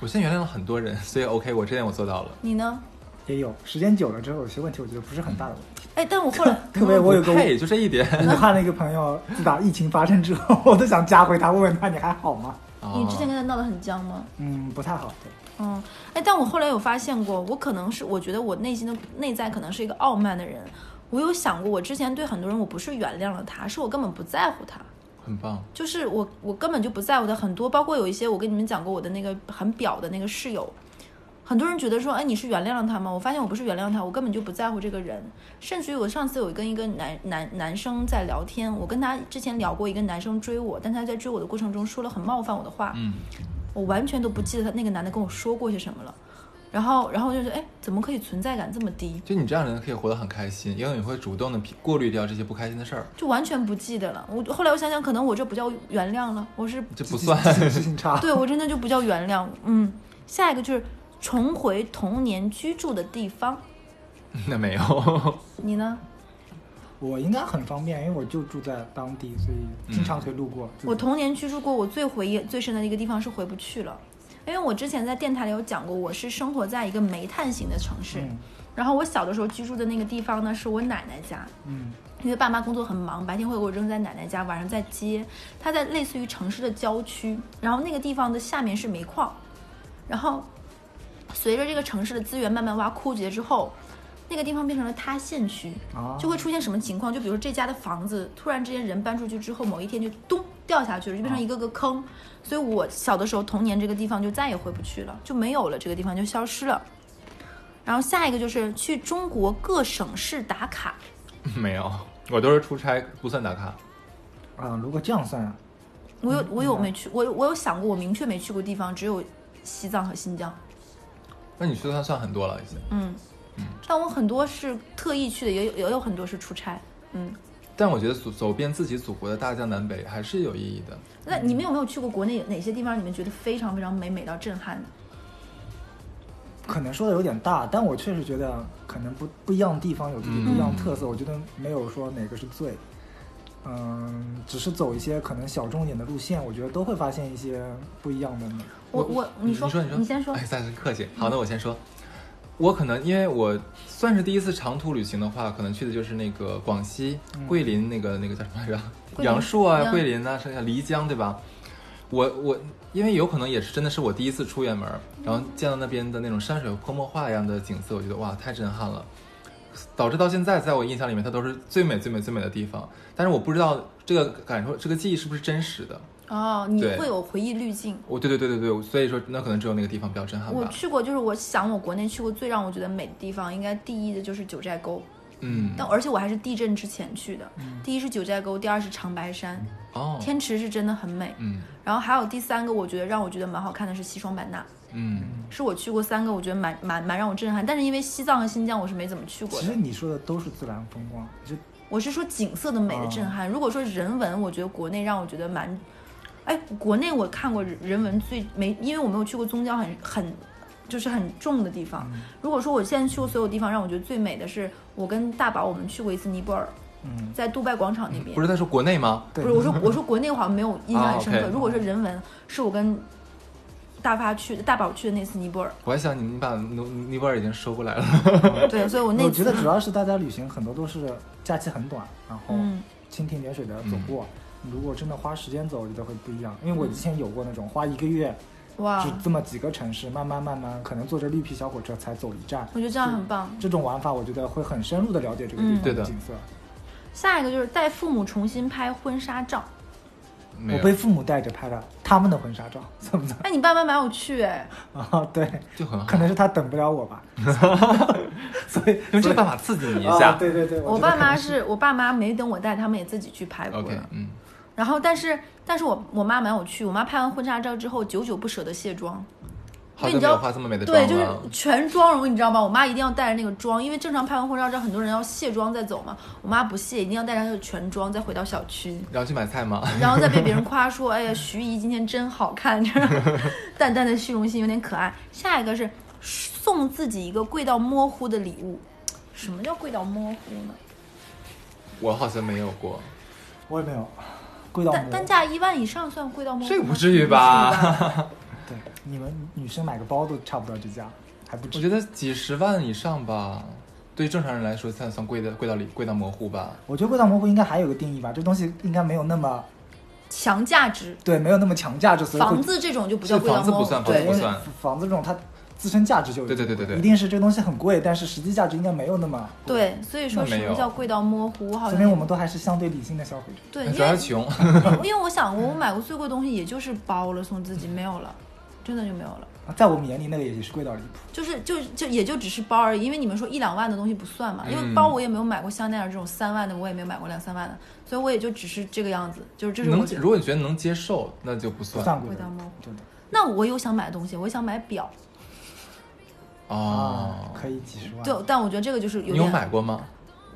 Speaker 3: 我现在原谅了很多人，所以 OK，我这点我做到了。
Speaker 2: 你呢？
Speaker 4: 也有时间久了之后，有些问题我觉得不是很大的问题。
Speaker 2: 哎，但我 后来，
Speaker 4: 特别我有个
Speaker 3: 不配就这一点。
Speaker 4: 武汉的一个朋友，自打疫情发生之后， 我都想加回他，问问他你还好吗？
Speaker 2: 你之前跟
Speaker 3: 哦
Speaker 2: 他闹得很僵吗？
Speaker 4: 嗯，不太好。对，
Speaker 2: 嗯，哎，但我后来有发现过，我可能是我觉得我内心的内在可能是一个傲慢的人。我有想过，我之前对很多人，我不是原谅了他，是我根本不在乎他，
Speaker 3: 很棒，
Speaker 2: 就是我我根本就不在乎他。很多包括有一些我跟你们讲过我的那个很表的那个室友，很多人觉得说，哎，你是原谅了他吗？我发现我不是原谅他，我根本就不在乎这个人。甚至于我上次有跟一个男男男生在聊天，我跟他之前聊过一个男生追我，但他在追我的过程中说了很冒犯我的话，
Speaker 3: 嗯，
Speaker 2: 我完全都不记得他那个男的跟我说过些什么了。然后，然后就是，哎，怎么可以存在感这么低？
Speaker 3: 就你这样的人可以活得很开心，因为你会主动的过滤掉这些不开心的事儿，
Speaker 2: 就完全不记得了。我后来我想想，可能我这不叫原谅了，我是
Speaker 3: 这不算。
Speaker 4: 记性差。
Speaker 2: 对我真的就不叫原谅。嗯，下一个就是重回童年居住的地方。
Speaker 3: 那没有，
Speaker 2: 你呢？
Speaker 4: 我应该很方便，因为我就住在当地，所以经常可以路过。
Speaker 2: 我童年居住过，我最回忆最深的一个地方是回不去了，因为我之前在电台里有讲过，我是生活在一个煤炭型的城市，
Speaker 4: 嗯
Speaker 2: 然后我小的时候居住的那个地方呢是我奶奶家，
Speaker 4: 嗯，
Speaker 2: 因为爸妈工作很忙，白天会给我扔在奶奶家，晚上再接。她在类似于城市的郊区，然后那个地方的下面是煤矿，然后随着这个城市的资源慢慢挖枯竭之后，那个地方变成了塌陷区，
Speaker 4: 啊
Speaker 2: 就会出现什么情况？就比如说这家的房子突然之间人搬出去之后，某一天就咚掉下去了，就变成一个个坑。所以我小的时候童年这个地方就再也回不去了，就没有了，这个地方就消失了。然后下一个就是去中国各省市打卡，
Speaker 3: 没有，我都是出差，不算打卡。
Speaker 4: 啊，如果这样算，
Speaker 2: 我
Speaker 3: 嗯
Speaker 2: 有我有没去，我有我有想过，我明确没去过地方只有西藏和新疆。
Speaker 3: 那你去的算算很多了，已经。
Speaker 2: 嗯，但我很多是特意去的，也有也有很多是出差。嗯，
Speaker 3: 但我觉得走走遍自己祖国的大江南北还是有意义的。
Speaker 2: 那你们有没有去过国内哪些地方？你们觉得非常非常美，美到震撼的？
Speaker 4: 可能说的有点大，但我确实觉得可能不不一样的地方有自己不一样的特色，我觉得没有说哪个是最，嗯，只是走一些可能小众一点的路线，我觉得都会发现一些不一样的美。
Speaker 2: 我我
Speaker 3: 你
Speaker 2: 说
Speaker 3: 你说
Speaker 2: 你先说
Speaker 3: 哎，，暂时客气。好，那我先说。我可能因为我算是第一次长途旅行的话，可能去的就是那个广西
Speaker 4: 嗯
Speaker 3: 桂林那个那个叫什么来着？
Speaker 2: 桂林
Speaker 3: 杨树啊，
Speaker 2: 嗯
Speaker 3: 桂林啊，剩下漓江对吧？我我因为有可能也是真的是我第一次出远门儿，然后见到那边的那种山水泼墨画一样的景色，我觉得哇太震撼了，导致到现在在我印象里面它都是最美最美最美的地方，但是我不知道这个感受这个记忆是不是真实的。
Speaker 2: 哦，你
Speaker 3: 对
Speaker 2: 会有回忆滤镜。
Speaker 3: 哦我对对对对对，所以说那可能只有那个地方比较震撼
Speaker 2: 我
Speaker 3: 吧。
Speaker 2: 去过，就是我想我国内去过最让我觉得美的地方，应该第一的就是九寨沟。
Speaker 3: 嗯，
Speaker 2: 但而且我还是地震之前去的，第一是九寨沟，第二是长白山，
Speaker 3: 哦，
Speaker 2: 天池是真的很美。
Speaker 3: 嗯
Speaker 2: 然后还有第三个，我觉得让我觉得蛮好看的是西双版纳，
Speaker 3: 嗯，
Speaker 2: 是我去过三个，我觉得蛮蛮蛮让我震撼。但是因为西藏和新疆我是没怎么去过
Speaker 4: 其
Speaker 2: 的
Speaker 4: 实，你说的都是自然风光，就
Speaker 2: 我是说景色的美的震
Speaker 4: 嗯
Speaker 2: 撼。如果说人文，我觉得国内让我觉得蛮，哎，国内我看过人人文最没，因为我没有去过宗教很很。就是很重的地方。
Speaker 4: 嗯
Speaker 2: 如果说我现在去过所有地方，让我觉得最美的是我跟大宝我们去过一次尼泊尔，
Speaker 4: 嗯，
Speaker 2: 在杜拜广场那边。
Speaker 3: 不是在说国内吗？
Speaker 4: 对
Speaker 2: 不是我说我说国内好像没有印象很深刻。
Speaker 3: 啊，OK
Speaker 2: 如果是人文，是我跟大发去大宝去的那次尼 泊尔，
Speaker 3: 我还想你们把尼尼泊尔已经收过来 了，
Speaker 2: 对，所以我那
Speaker 4: 我
Speaker 2: 次
Speaker 4: 觉得主哦要是大家旅行很多都是假期很短，然后
Speaker 2: 嗯
Speaker 4: 蜻蜓点水的
Speaker 3: 嗯
Speaker 4: 走过。如果真的花时间走，我觉得会不一样。因为我之前有过那种花一个月，
Speaker 2: 哇
Speaker 4: 就，这么几个城市，慢慢慢慢，可能坐着绿皮小火车才走一站。
Speaker 2: 我觉得这样很棒。
Speaker 4: 这种玩法，我觉得会很深入的了解这个地
Speaker 3: 嗯对
Speaker 4: 方
Speaker 3: 的
Speaker 4: 景色。
Speaker 2: 下一个就是带父母重新拍婚纱照。
Speaker 3: 没
Speaker 4: 我被
Speaker 3: 有，
Speaker 4: 父母带着拍了他们的婚纱照，怎么的？
Speaker 2: 哎，你爸妈没有去哎，
Speaker 4: 啊， 对，
Speaker 3: 就很好
Speaker 4: 可，能是他等不了我 吧，所以
Speaker 3: 用这个办法刺激你一
Speaker 4: 啊
Speaker 3: 下。
Speaker 4: 对对对，
Speaker 2: 我
Speaker 4: 觉得
Speaker 2: 爸
Speaker 4: 可能
Speaker 2: 妈是我爸妈没等我带，他们也自己去拍过
Speaker 3: OK，
Speaker 2: 了。
Speaker 3: 嗯，
Speaker 2: 然后但是但是我我妈没有去，我妈拍完婚纱照之后久久不舍得卸妆，因
Speaker 3: 好
Speaker 2: 为你
Speaker 3: 久没
Speaker 2: 知道
Speaker 3: 有化这么美的妆
Speaker 2: 对，
Speaker 3: 了。
Speaker 2: 就是全妆容，你知道吗？我妈一定要带着那个妆，因为正常拍完婚纱照，很多人要卸妆再走嘛。我妈不卸，一定要带着她的全妆再回到小区，
Speaker 3: 然后去买菜吗？
Speaker 2: 然后再被别人夸说：“哎呀，徐姨今天真好看。”这样淡淡的虚荣心有点可爱。下一个是送自己一个贵到模糊的礼物。什么叫贵到模糊呢？
Speaker 3: 我好像没有过，
Speaker 4: 我也没有，贵到
Speaker 2: 单
Speaker 4: 我
Speaker 2: 单价一万以上算贵到模糊吗？
Speaker 3: 这个不至于吧？
Speaker 4: 对，你们女生买个包都差不多这价，还不
Speaker 3: 我
Speaker 4: 止。
Speaker 3: 觉得几十万以上吧，对正常人来说算算贵的，贵到里贵到模糊吧。
Speaker 4: 我觉得贵到蘑菇应该还有个定义吧，这东西应该没有那么
Speaker 2: 强价值，
Speaker 4: 对，没有那么强价值，所以会
Speaker 2: 房子这种就不叫贵到
Speaker 3: 是房子
Speaker 2: 模
Speaker 3: 不
Speaker 2: 糊，
Speaker 3: 算
Speaker 4: 对，
Speaker 2: 对
Speaker 4: 因
Speaker 3: 不
Speaker 4: 为
Speaker 3: 算
Speaker 4: 房子这种它自身价值就有
Speaker 3: 对对对对对
Speaker 4: 一定是这个东西很贵，但是实际价值应该没有那么。
Speaker 2: 对，所以说
Speaker 3: 那
Speaker 2: 什
Speaker 3: 没有
Speaker 2: 么叫贵到模糊？我好
Speaker 4: 说
Speaker 2: 像
Speaker 4: 明我们都还是相对理性的消费者。
Speaker 2: 对，
Speaker 3: 主
Speaker 2: 因
Speaker 3: 要
Speaker 2: 为
Speaker 3: 是穷，
Speaker 2: 因为我想过，我买过最贵的东西也就是包了送自己，没有了，真的就没有了。
Speaker 4: 啊在我们眼里，那个也是贵到离谱。
Speaker 2: 就是就就也就只是包而已，因为你们说一两万的东西不算嘛，因
Speaker 3: 嗯
Speaker 2: 为包我也没有买过香奈儿这种三万的，我也没有买过两三万的，所以我也就只是这个样子，就是这是
Speaker 3: 能
Speaker 2: 我觉
Speaker 3: 如
Speaker 2: 得。
Speaker 3: 果你觉得能接受，那就不算
Speaker 4: 不算贵
Speaker 2: 贵
Speaker 4: 的
Speaker 2: 到模糊，
Speaker 4: 对的
Speaker 2: 那我有想买的东西，我想买表，
Speaker 4: 啊
Speaker 3: 哦，。
Speaker 4: 可以几十万。
Speaker 2: 对，但我觉得这个就是有
Speaker 3: 你有
Speaker 2: 点，
Speaker 3: 买过吗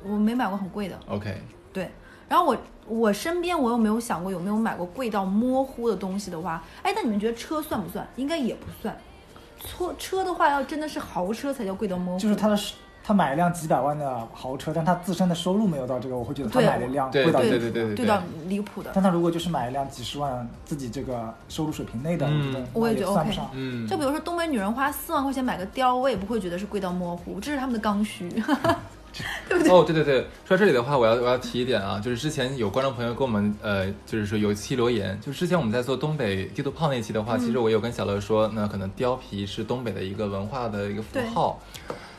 Speaker 2: 我没买过很贵的，
Speaker 3: ？OK，
Speaker 2: 对。然后我我身边我有没有想过有没有买过贵到模糊的东西的话，哎，那你们觉得车算不算？应该也不算。车车的话，要真的是豪车才叫贵到模糊，
Speaker 4: 就是他的，他买一辆几百万的豪车，但他自身的收入没有到这个，我会觉得他
Speaker 2: 对
Speaker 4: 买了一辆
Speaker 3: 对
Speaker 4: 贵到离
Speaker 2: 对
Speaker 4: 谱。
Speaker 3: 对对
Speaker 2: 贵到离谱的。
Speaker 4: 但他如果就是买一辆几十万自己这个收入水平内的，
Speaker 3: 嗯
Speaker 4: 我觉得
Speaker 2: 我也
Speaker 4: 那
Speaker 2: 觉得
Speaker 4: 算不
Speaker 2: OK
Speaker 4: 上。
Speaker 3: 嗯，
Speaker 2: 就比如说东北女人花四万块钱买个貂，我也不会觉得是贵到模糊，这是他们的刚需。
Speaker 3: 哦，对对对，说到这里的话，我要我要提一点啊，就是之前有观众朋友跟我们呃，就是说有一期留言，就是之前我们在做东北地图炮那期的话，其实我有跟小乐说，那可能貂皮是东北的一个文化的一个符
Speaker 2: 对
Speaker 3: 号，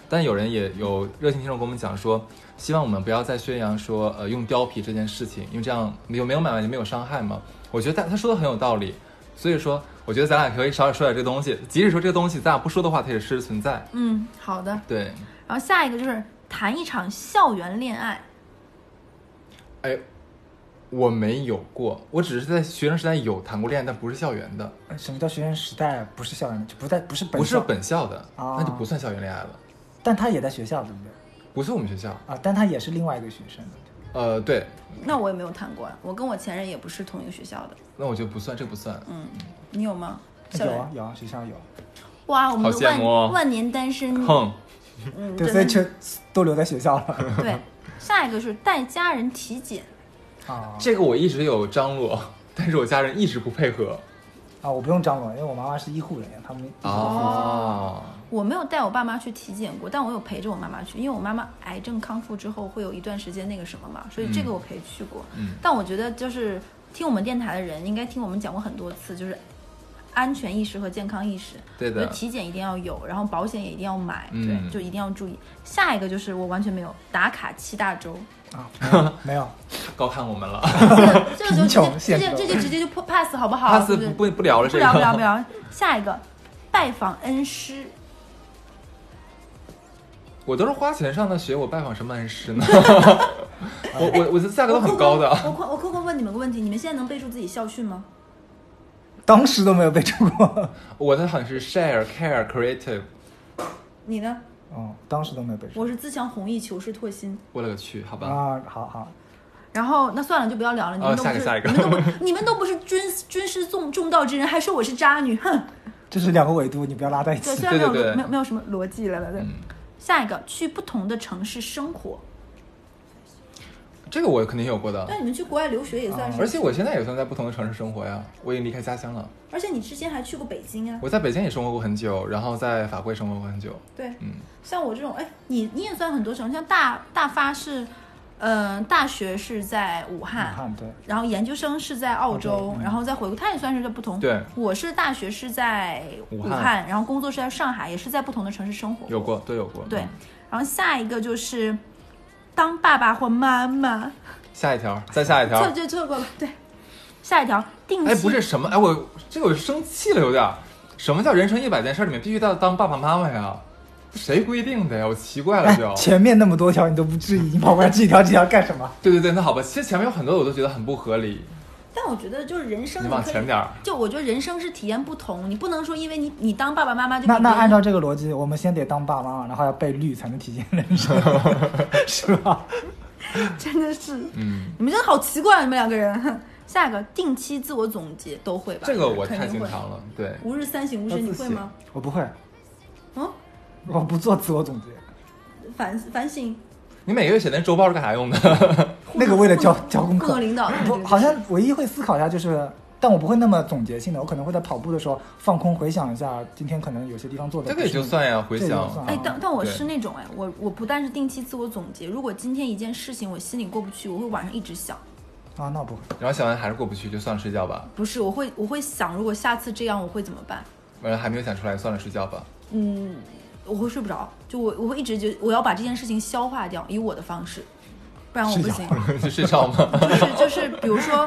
Speaker 3: 但有人也有热心听众跟我们讲说，希望我们不要再宣扬说呃用貂皮这件事情，因为这样有没有买卖就没有伤害嘛。我觉得他他说的很有道理，所以说我觉得咱俩可以少点说点这个东西，即使说这个东西咱俩不说的话，它也是存在。
Speaker 2: 嗯，好的。
Speaker 3: 对，
Speaker 2: 然后下一个就是谈一场校园恋爱，
Speaker 3: 哎，我没有过，我只是在学生时代有谈过恋爱，但不是校园的，
Speaker 4: 呃什么叫学生时代？不是校园，就不在，不是本
Speaker 3: 不是
Speaker 4: 校，
Speaker 3: 本校的，
Speaker 4: 啊
Speaker 3: 那就不算校园恋爱了，
Speaker 4: 但他也在学校，对不对？
Speaker 3: 不是我们学校。
Speaker 4: 啊，但他也是另外一个学生的。
Speaker 3: 呃，对，
Speaker 2: 那我也没有谈过，啊我跟我前任也不是同一个学校的。
Speaker 3: 那我觉得不算，这不算。
Speaker 2: 嗯，你有吗？校
Speaker 4: 有
Speaker 2: 园
Speaker 4: 啊有啊，学校有。
Speaker 2: 哇，我们的
Speaker 3: 好羡慕哦
Speaker 2: 万万年单 身，
Speaker 3: 哼，
Speaker 2: 嗯，
Speaker 4: 对，
Speaker 2: 真
Speaker 4: 所以
Speaker 2: 的是
Speaker 4: 就都留在学 校了。
Speaker 2: 对。下一个是带家人体检，
Speaker 4: 啊
Speaker 3: 这个我一直有张罗， 但是我家人一直不配合。
Speaker 4: 啊，我不用张罗，因为我妈妈是医护人员，他们
Speaker 3: 哦，
Speaker 2: 我没有带我爸妈去体检过，但我有陪着我妈妈去，因为我妈妈癌症康复之后会有一段时间那个什么嘛，所以这个我陪去过。
Speaker 3: 嗯
Speaker 2: 但我觉得就是听我们电台的人应该听我们讲过很多次，就是安全意识和健康意识。
Speaker 3: 对
Speaker 2: 我觉
Speaker 3: 的
Speaker 2: 得，体检一定要有，然后保险也一定要买，
Speaker 3: 嗯
Speaker 2: 对，就一定要注意。下一个就是我完全没有打卡七大洲，
Speaker 4: 啊，没有没有，
Speaker 3: 高看我们了。
Speaker 2: 这个就直
Speaker 4: 贫穷
Speaker 2: 接
Speaker 4: 限
Speaker 2: 这
Speaker 4: 制
Speaker 2: 就这就直接就 pass 好不好
Speaker 3: pass
Speaker 2: 是不是
Speaker 3: 不不聊了，
Speaker 2: 不
Speaker 3: 这
Speaker 2: 聊不聊不
Speaker 3: 个。
Speaker 2: 聊。下一个，拜访恩师，
Speaker 3: 我都是花钱上的学，我拜访什么恩师 呢？我我我的价格都
Speaker 2: 我
Speaker 3: 很
Speaker 2: 扣
Speaker 3: 高的。啊
Speaker 2: 我扣我扣扣问你们个问题，你们现在能背住自己校训吗？
Speaker 4: 当时都没有被照 过。
Speaker 3: 我的好像是 share care creative，
Speaker 2: 你呢？
Speaker 4: 嗯，当时都没有被照
Speaker 2: 我是自强弘毅，求是拓新。
Speaker 3: 我勒个去，好
Speaker 4: 过。
Speaker 3: 吧。
Speaker 4: 啊，好好，
Speaker 2: 然后那算了，就不要聊了。你们
Speaker 3: 哦
Speaker 2: 都不是，
Speaker 3: 下一个
Speaker 2: 你们都 不，你们都不是军军师重重道之人，还说我是渣女， 哼！
Speaker 4: 这是两个维度，你不要拉在一
Speaker 2: 对，
Speaker 4: 起。
Speaker 2: 虽然没有
Speaker 3: 对对对
Speaker 2: 没有没有什么逻辑了了，对。
Speaker 3: 嗯
Speaker 2: 下一个，去不同的城市生活。
Speaker 3: 这个我肯定有过的。
Speaker 2: 对，你们去国外留学也算是，
Speaker 3: 嗯啊而且我现在也算在不同的城市生活呀，我已经离开家乡了。
Speaker 2: 而且你之前还去过北京啊。
Speaker 3: 我在北京也生活过很久，然后在法国也生活过很久。
Speaker 2: 对，
Speaker 3: 嗯，
Speaker 2: 像我这种，哎，你你也算很多城，像大大发是，呃，大学是在武汉，
Speaker 4: 武汉对，
Speaker 2: 然后研究生是在澳洲，
Speaker 4: 澳洲嗯
Speaker 2: 然后再回国，他也算是在不同。
Speaker 3: 对
Speaker 2: 我是大学是在
Speaker 3: 武
Speaker 2: 武
Speaker 3: 汉
Speaker 2: 然后工作是在上海，也是在不同的城市生活。
Speaker 3: 有过，都有过。
Speaker 2: 对
Speaker 3: 嗯，
Speaker 2: 然后下一个就是当爸爸或妈妈，
Speaker 3: 下一条，再下一条
Speaker 2: 错。就错过了。对，下一条定期
Speaker 3: 哎，不是什么，哎，我这个我生气了，有点儿。什么叫人生一百件事里面必须到当爸爸妈妈呀？谁规定的呀？我奇怪了
Speaker 4: 哎
Speaker 3: 就，。
Speaker 4: 前面那么多条你都不质疑，你跑过来这一条这条干什么？
Speaker 3: 对对对，那好吧，其实前面有很多我都觉得很不合理。
Speaker 2: 但我觉得就是人生
Speaker 3: 你
Speaker 2: 你
Speaker 3: 往
Speaker 2: 可以
Speaker 3: 前点儿，
Speaker 2: 就我觉得人生是体验不同，你不能说因为你你当爸爸妈妈就
Speaker 4: 那
Speaker 2: 比
Speaker 4: 那
Speaker 2: 别人
Speaker 4: 按照这个逻辑，我们先得当爸妈，然后要被绿才能体现人生， 是吧？
Speaker 2: 真的是，
Speaker 3: 嗯，
Speaker 2: 你们真的好奇怪，你们两个人。 下一个定期自我总结都会吧？
Speaker 3: 这个我太
Speaker 2: 肯定
Speaker 3: 经
Speaker 2: 会
Speaker 3: 常了，对，
Speaker 2: 吾日三省吾身，你会吗？
Speaker 4: 我不会，
Speaker 2: 嗯，
Speaker 4: 我不做自我总结，
Speaker 2: 反反省
Speaker 3: 你每个月写那周报是干啥用的？
Speaker 4: 那个为了交交功
Speaker 2: 不
Speaker 4: 课
Speaker 2: 能，领导，对对
Speaker 4: 我
Speaker 2: 对
Speaker 4: 好像唯一会思考一下就是，但我不会那么总结性的，我可能会在跑步的时候放空回想一下今天可能有些地方做的
Speaker 3: 这
Speaker 4: 不
Speaker 3: 个
Speaker 4: 是
Speaker 3: 也
Speaker 4: 那。
Speaker 3: 就算呀，回
Speaker 4: 这个也
Speaker 3: 想
Speaker 4: 算
Speaker 2: 哎，但但我
Speaker 3: 对
Speaker 2: 是那种哎，我我不但是定期自我总结，如果今天一件事情我心里过不去，我会晚上一直想。
Speaker 4: 啊，那我不会。
Speaker 3: 然后想完还是过不去，就算了睡觉吧。
Speaker 2: 不是，我会我会想，如果下次这样我会怎么办？
Speaker 3: 完了还没有想出来，算了睡觉吧。
Speaker 2: 嗯，我会睡不着，就我我会一直就我要把这件事情消化掉，以我的方式，不然我不
Speaker 4: 睡
Speaker 2: 行。
Speaker 3: 就睡 觉吗？
Speaker 2: 就是就是，比如说，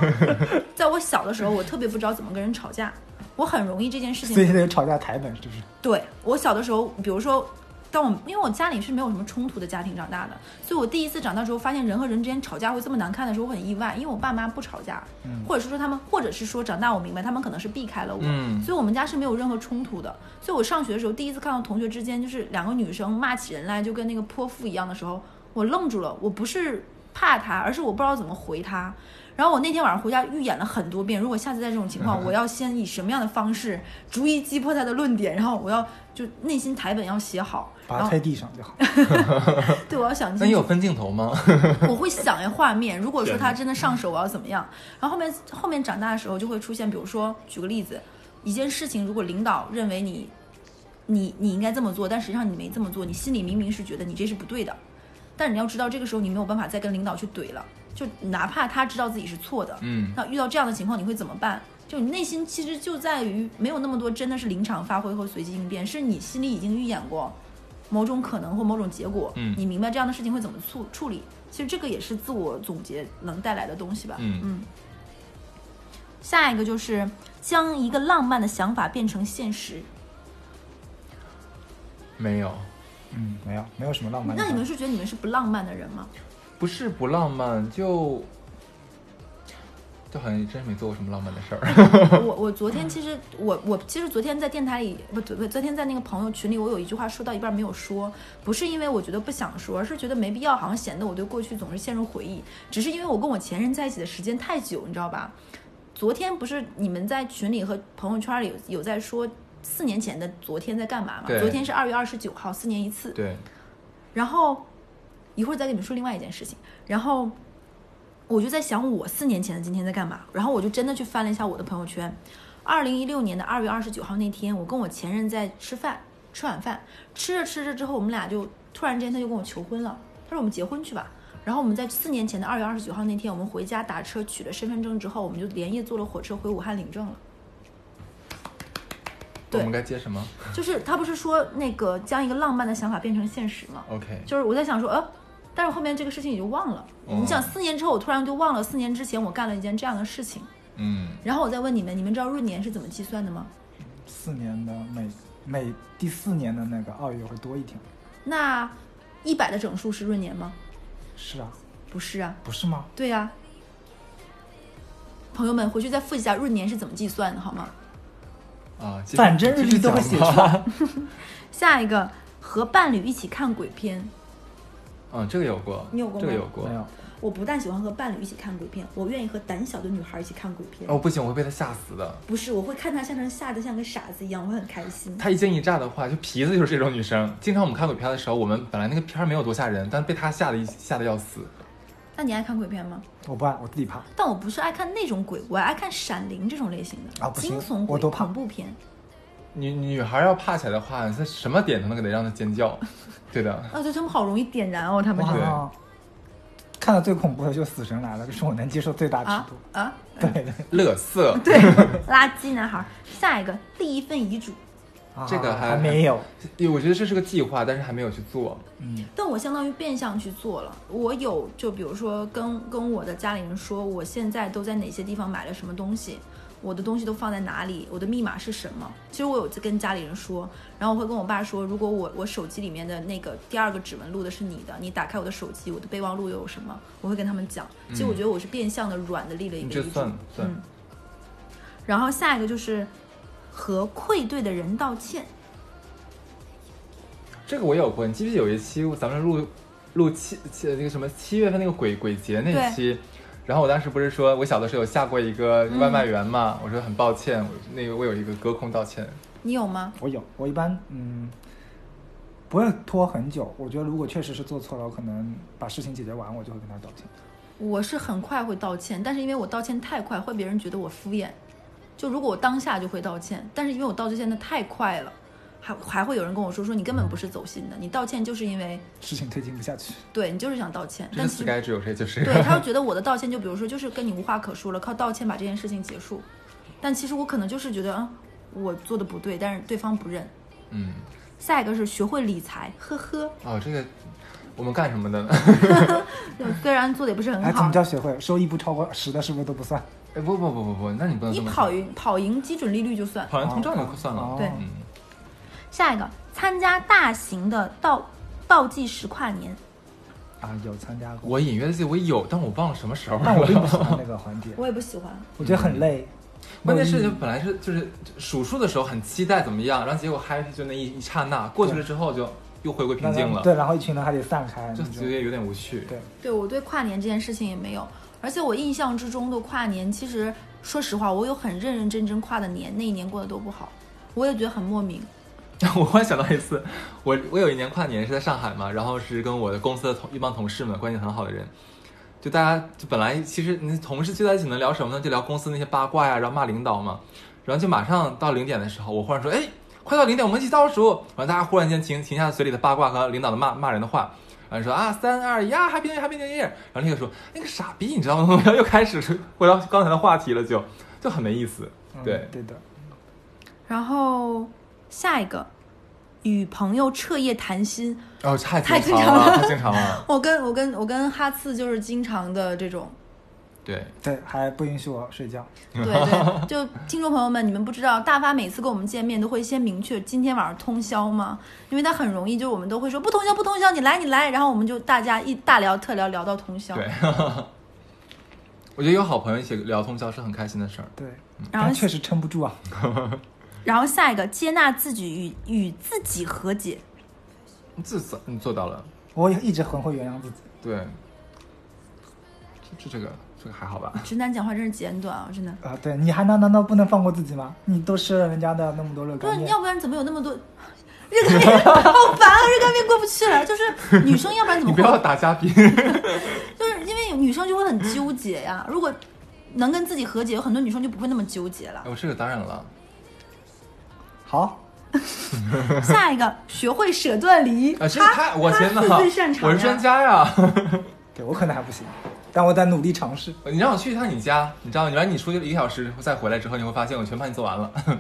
Speaker 2: 在我小的时候，我特别不知道怎么跟人吵架，我很容易这件事
Speaker 4: 所以
Speaker 2: 情。
Speaker 4: 得吵架台本是不是？
Speaker 2: 对我小的时候，比如说，当我因为我家里是没有什么冲突的家庭长大的，所以我第一次长大之后发现人和人之间吵架会这么难看的时候，我很意外，因为我爸妈不吵架，或者是说他们，或者是说长大我明白他们可能是避开了我，
Speaker 3: 嗯
Speaker 2: 所以我们家是没有任何冲突的。所以我上学的时候第一次看到同学之间就是两个女生骂起人来就跟那个泼妇一样的时候，我愣住了，我不是怕她，而是我不知道怎么回她。然后我那天晚上回家预演了很多遍，如果下次再这种情况，我要先以什么样的方式逐一击破她的论点，然后我要就内心台本要写好，
Speaker 4: 把
Speaker 2: 然
Speaker 4: 它
Speaker 2: 后
Speaker 4: 推地上 就好。
Speaker 2: 对我要想
Speaker 3: 那
Speaker 2: 清
Speaker 3: 你
Speaker 2: 楚
Speaker 3: 有。分镜头吗？
Speaker 2: 我会想一下画面，如果说他真的上手，我要怎么样？然后后面后面长大的时候就会出现，比如说举个例子，一件事情，如果领导认为你你你应该这么做，但实际上你没这么做，你心里明明是觉得你这是不对的，但你要知道这个时候你没有办法再跟领导去怼了，就哪怕他知道自己是错的，
Speaker 3: 嗯，
Speaker 2: 那遇到这样的情况你会怎么办？就你内心其实就在于没有那么多真的是临场发挥和随机应变，是你心里已经预演过某种可能或某种结果，
Speaker 3: 嗯
Speaker 2: 你明白这样的事情会怎么处处理。其实这个也是自我总结能带来的东西吧。
Speaker 3: 嗯
Speaker 2: 下一个就是将一个浪漫的想法变成现实。
Speaker 3: 没有，
Speaker 4: 嗯，没有，没有什么浪漫的
Speaker 2: 那
Speaker 4: 话。
Speaker 2: 你们是觉得你们是不浪漫的人吗？
Speaker 3: 不是不浪漫，就就好像真是没做过什么浪漫的事 儿。
Speaker 2: 我我昨天其实我我其实昨天在电台里不昨昨天在那个朋友群里，我有一句话说到一半没有说，不是因为我觉得不想说，而是觉得没必要，好像显得我对过去总是陷入回忆，只是因为我跟我前任在一起的时间太久，你知道吧？昨天不是你们在群里和朋友圈里有有在说四年前的昨天在干嘛吗？
Speaker 3: 对
Speaker 2: 昨天是二月二十九号，四年一次。
Speaker 3: 对，
Speaker 2: 然后一会儿再跟你们说另外一件事情。然后我就在想，我四年前的今天在干嘛？然后我就真的去翻了一下我的朋友圈。二零一六年的二月二十九号那天，我跟我前任在吃饭，吃晚饭，吃着吃着之后，我们俩就突然之间他就跟我求婚了，他说我们结婚去吧。然后我们在四年前的二月二十九号那天，我们回家打车取了身份证之后，我们就连夜坐了火车回武汉领证了。
Speaker 3: 我
Speaker 2: 对
Speaker 3: 们该接什么
Speaker 2: 就是他不是说那个将一个浪漫的想法变成现实吗？
Speaker 3: ？OK，
Speaker 2: 就是我在想说，呃，但是后面这个事情也就忘了。
Speaker 3: 哦
Speaker 2: 你想四年之后，我突然就忘了四年之前我干了一件这样的事情。
Speaker 3: 嗯，
Speaker 2: 然后我再问你们，你们知道闰年是怎么计算的吗？
Speaker 4: 四年的每每第四年的那个二月会多一天。
Speaker 2: 那一百的整数是闰年吗？
Speaker 4: 是啊，
Speaker 2: 不是啊，
Speaker 4: 不是吗？
Speaker 2: 对啊。朋友们，回去再复习一下闰年是怎么计算的，好吗？
Speaker 3: 啊，继续
Speaker 4: 反正日历都会写出。来。
Speaker 2: 下一个，和伴侣一起看鬼片。
Speaker 3: 嗯，这个有过，
Speaker 2: 你有过吗
Speaker 3: 这个有过
Speaker 4: 没。有，
Speaker 2: 我不但喜欢和伴侣一起看鬼片，我愿意和胆小的女孩一起看鬼片。
Speaker 3: 哦，不行，我会被他吓死的。
Speaker 2: 不是，我会看她像成吓得像个傻子一样，我会很开心。
Speaker 3: 她一惊一乍的话，就皮子就是这种女生。经常我们看鬼片的时候，我们本来那个片儿没有多吓人，但被她吓得一吓得要死。
Speaker 2: 那你爱看鬼片吗？
Speaker 4: 我不爱，我自己怕。
Speaker 2: 但我不是爱看那种鬼，我爱看《闪灵》这种类型的
Speaker 4: 啊不
Speaker 2: 惊
Speaker 4: 行
Speaker 2: 悚鬼、
Speaker 4: 我都怕
Speaker 2: 恐怖片。
Speaker 3: 女女孩要怕起来的话，在什么点都能给她让她尖 叫。对的，
Speaker 2: 啊，对他们好容易点燃哦，他
Speaker 4: 我
Speaker 2: 们
Speaker 4: 好
Speaker 3: 对
Speaker 4: 像看的最恐怖的就是《死神来了》，这是我能接受最大
Speaker 2: 啊
Speaker 4: 尺度。
Speaker 2: 啊，
Speaker 4: 对对
Speaker 3: 乐色。
Speaker 2: 对，垃圾男孩。下一个立一份遗嘱，
Speaker 4: 啊
Speaker 3: 这个还
Speaker 4: 还没有。
Speaker 3: 对，我觉得这是个计划，但是还没有去做。
Speaker 4: 嗯，
Speaker 2: 但我相当于变相去做了。我有就比如说跟跟我的家里人说，我现在都在哪些地方买了什么东西，我的东西都放在哪里，我的密码是什么。其实我有跟家里人说，然后我会跟我爸说，如果我我手机里面的那个第二个指纹录的是你的，你打开我的手机，我的备忘录又有什么？我会跟他们讲。其实我觉得我是变相的软的立了一
Speaker 3: 嗯你
Speaker 2: 个
Speaker 3: 这
Speaker 2: 遗嘱。
Speaker 3: 算算
Speaker 2: 嗯然后下一个就是和愧对的人道歉。
Speaker 3: 这个我有过，你记不记得有一期咱们录录七七那个什么七月份那个鬼鬼节那期？然后我当时不是说我小的时候有下过一个
Speaker 2: 嗯
Speaker 3: 外卖员嘛，我说很抱歉，我那个我有一个隔空道歉。
Speaker 2: 你有吗？
Speaker 4: 我有，我一般嗯不会拖很久。我觉得如果确实是做错了，我可能把事情解决完，我就会跟他道歉。
Speaker 2: 我是很快会道歉，但是因为我道歉太快，会别人觉得我敷衍。就如果我当下就会道歉，但是因为我道歉的太快了，还还会有人跟我说说你根本不是走心的，你道歉就是因为
Speaker 4: 事情推进不下去，
Speaker 2: 对你就是想道歉，
Speaker 3: 这
Speaker 2: 但
Speaker 3: 是
Speaker 2: 其
Speaker 3: Sky
Speaker 2: 实
Speaker 3: 只有谁就 是
Speaker 2: 对他就觉得我的道歉就比如说就是跟你无话可说了，靠道歉把这件事情结束，但其实我可能就是觉得啊、我做的不对，但是对方不认。
Speaker 3: 嗯
Speaker 2: 下一个是学会理财，呵呵，
Speaker 3: 哦这个我们干什么的呢？
Speaker 2: 虽然做的也不是很
Speaker 4: 哎，怎
Speaker 2: 好
Speaker 4: 么，叫学会？收益不超过十的，是不是都不算？
Speaker 3: 哎不不不不不，那你不能
Speaker 2: 你
Speaker 3: 这么
Speaker 2: 跑
Speaker 3: 说
Speaker 2: 赢跑赢基准利率就算。
Speaker 3: 跑赢通胀就算了。
Speaker 4: 哦
Speaker 2: 对
Speaker 3: 嗯，
Speaker 2: 下一个，参加大型的倒倒计时跨年，
Speaker 4: 啊，有参加过，
Speaker 3: 我隐约的记得我有，但我忘了什么时候
Speaker 4: 但我并不喜
Speaker 3: 了。
Speaker 4: 欢那个环节，
Speaker 2: 我也不喜欢。
Speaker 4: 我觉得很累。
Speaker 3: 关键
Speaker 4: 没
Speaker 3: 是
Speaker 4: 有
Speaker 3: 就
Speaker 4: 意义
Speaker 3: 本来是就是数数的时候很期待怎么样，然后结果 happy 就那一一刹那过去了之后就又回归平静了，
Speaker 4: 对，然后一群人还得散开，
Speaker 3: 就
Speaker 4: 那种
Speaker 3: 觉得有点无趣。
Speaker 4: 对
Speaker 2: 对我对跨年这件事情也没有，而且我印象之中的跨年，其实说实话，我有很认认真真跨的年，那一年过得都不好，我也觉得很莫名。
Speaker 3: 我忽然想到一次，我我有一年跨年是在上海嘛，然后是跟我的公司的同一帮同事们关系很好的人，就大家就本来其实你同事聚在一起能聊什么呢？就聊公司那些八卦呀，然后骂领导嘛，然后就马上到零点的时候，我忽然说，哎，快到零点，我们一起倒数，然后大家忽然间停停下嘴里的八卦和领导的骂骂人的话。然后说啊，三二一啊，Happy New Year，Happy New Year。然后那个说那个傻逼，你知道吗？ 然后又开始回到刚才的话题了就，就很没意思。
Speaker 4: 嗯
Speaker 3: 对，
Speaker 4: 对的，
Speaker 2: 然后下一个，与朋友彻夜谈心，
Speaker 3: 哦，太
Speaker 2: 太
Speaker 3: 经
Speaker 2: 经
Speaker 3: 常
Speaker 2: 常了
Speaker 3: 太经常了。
Speaker 2: 我跟我跟我跟哈次就是经常的这种。
Speaker 3: 对，
Speaker 4: 对，还不允许我睡觉。
Speaker 2: 对 对，就听众朋友们，你们不知道，大发每次跟我们见面都会先明确今天晚上通宵吗？因为他很容易，就是我们都会说不通宵不通宵，你来你来，然后我们就大家一大聊特聊聊到通宵。
Speaker 3: 对， 我觉得有好朋友一起聊通宵是很开心的事儿。
Speaker 4: 对，
Speaker 2: 然后
Speaker 4: 但确实撑不住啊。
Speaker 2: 然后下一个，接纳自己与与自己和解。
Speaker 3: 至少你嗯做到了，
Speaker 4: 我也一直很会原谅自己，
Speaker 3: 对，这这这个这个还好吧？
Speaker 2: 直男讲话真是简短啊，真的。
Speaker 4: 啊，对你还难难道不能放过自己吗？你都吃了人家的那么多热
Speaker 2: 不是
Speaker 4: 干，面，
Speaker 2: 要不然怎么有那么多？ 热干面好烦啊！热干面过不去了，就是女生，要不然怎
Speaker 3: 你
Speaker 2: 么
Speaker 3: 不
Speaker 2: 会？
Speaker 3: 要打嘉宾，
Speaker 2: 就是因为女生就会很纠结呀、如果能跟自己和解，有很多女生就不会那么纠结了。
Speaker 3: 哎我这个当然了，
Speaker 4: 好，
Speaker 2: 下一个，学会舍断离。
Speaker 3: 啊，这个太我天哪
Speaker 2: 他是最擅，长
Speaker 3: 我
Speaker 2: 呀
Speaker 3: 是专家呀！
Speaker 4: 对我可能还不行，但我在努力尝试。
Speaker 3: 你让我去一趟你家，你知道，你让你出去一个小时再回来之后，你会发现我全帮你做完了，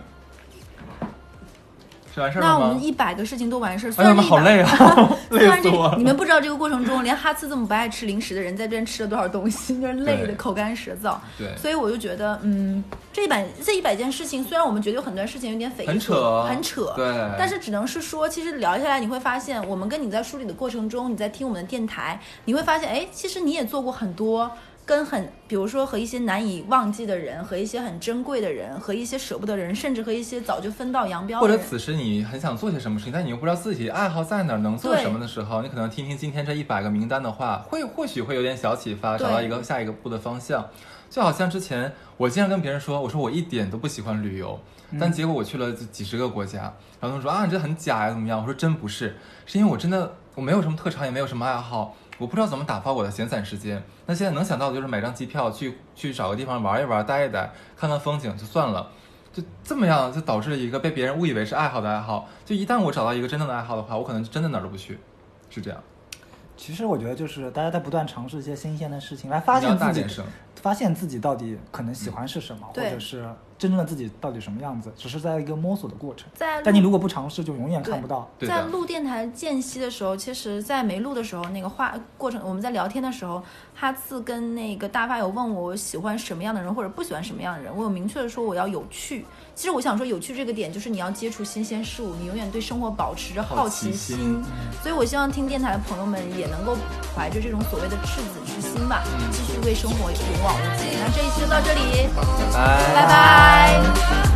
Speaker 3: 是完事儿
Speaker 2: 那
Speaker 3: 了
Speaker 2: 我
Speaker 3: 吗
Speaker 2: 们？一百个事情都完事儿，虽
Speaker 3: 哎呀
Speaker 2: 然
Speaker 3: 妈，
Speaker 2: 这一
Speaker 3: 好
Speaker 2: 百，虽
Speaker 3: 累啊，
Speaker 2: 然
Speaker 3: 累
Speaker 2: 这
Speaker 3: 死我
Speaker 2: 个你
Speaker 3: 了！
Speaker 2: 们不知道这个过程中，连哈次这么不爱吃零食的人，在这边吃了多少东西，就是累的
Speaker 3: 对
Speaker 2: 口干舌燥。
Speaker 3: 对
Speaker 2: 所以我就觉得，嗯，这一百这一百件事情，虽然我们觉得有很多事情有点匪夷
Speaker 3: 很
Speaker 2: 所
Speaker 3: 扯啊
Speaker 2: 很扯，
Speaker 3: 对
Speaker 2: 但是只能是说，其实聊下来你会发现，我们跟你在梳理的过程中，你在听我们的电台，你会发现，哎，其实你也做过很多。跟很，比如说和一些难以忘记的人，和一些很珍贵的人，和一些舍不得的人，甚至和一些早就分道扬镳的
Speaker 3: 或者
Speaker 2: 人，
Speaker 3: 此时你很想做些什么事情，但你又不知道自己爱好在哪儿，能做
Speaker 2: 对
Speaker 3: 什么的时候，你可能听听今天这一百个名单的话，会或许会有点小启发，
Speaker 2: 对
Speaker 3: 找到一个下一个步的方向。就好像之前我经常跟别人说，我说我一点都不喜欢旅游，
Speaker 2: 嗯
Speaker 3: 但结果我去了几十个国家，然后他们说啊你这很假呀，怎么样？我说真不是，是因为我真的我没有什么特长，也没有什么爱好。我不知道怎么打发我的闲散时间。那现在能想到的就是买张机票去去找个地方玩一玩、待一待、看看风景就算了。就这么样，就导致了一个被别人误以为是爱好的爱好。就一旦我找到一个真正的爱好的话，我可能真的哪儿都不去，是这样。
Speaker 4: 其实我觉得就是大家在不断尝试一些新鲜的事情，来发
Speaker 3: 你要
Speaker 4: 现
Speaker 3: 大
Speaker 4: 自己
Speaker 3: 点声，
Speaker 4: 发现自己到底可能喜欢是什么，或
Speaker 2: 嗯对
Speaker 4: 者是真正的自己到底什么样子，只是在一个摸索的过程。
Speaker 2: 在录
Speaker 4: 但你如果不尝试，就永远看不到。
Speaker 3: 对
Speaker 2: 在
Speaker 3: 的，
Speaker 2: 录电台间隙的时候，其实，在没录的时候，那个话过程，我们在聊天的时候，哈次跟那个大发有问我喜欢什么样的人，或者不喜欢什么样的人，我有明确的说我要有趣。其实我想说，有趣这个点就是你要接触新鲜事物，你永远对生活保持着好奇
Speaker 3: 好奇心
Speaker 2: 所以我希望听电台的朋友们也能够怀着这种所谓的赤子之心吧，
Speaker 3: 哎
Speaker 2: 继续为生活勇往无前。那这一期就到这里，
Speaker 3: 拜
Speaker 2: 拜拜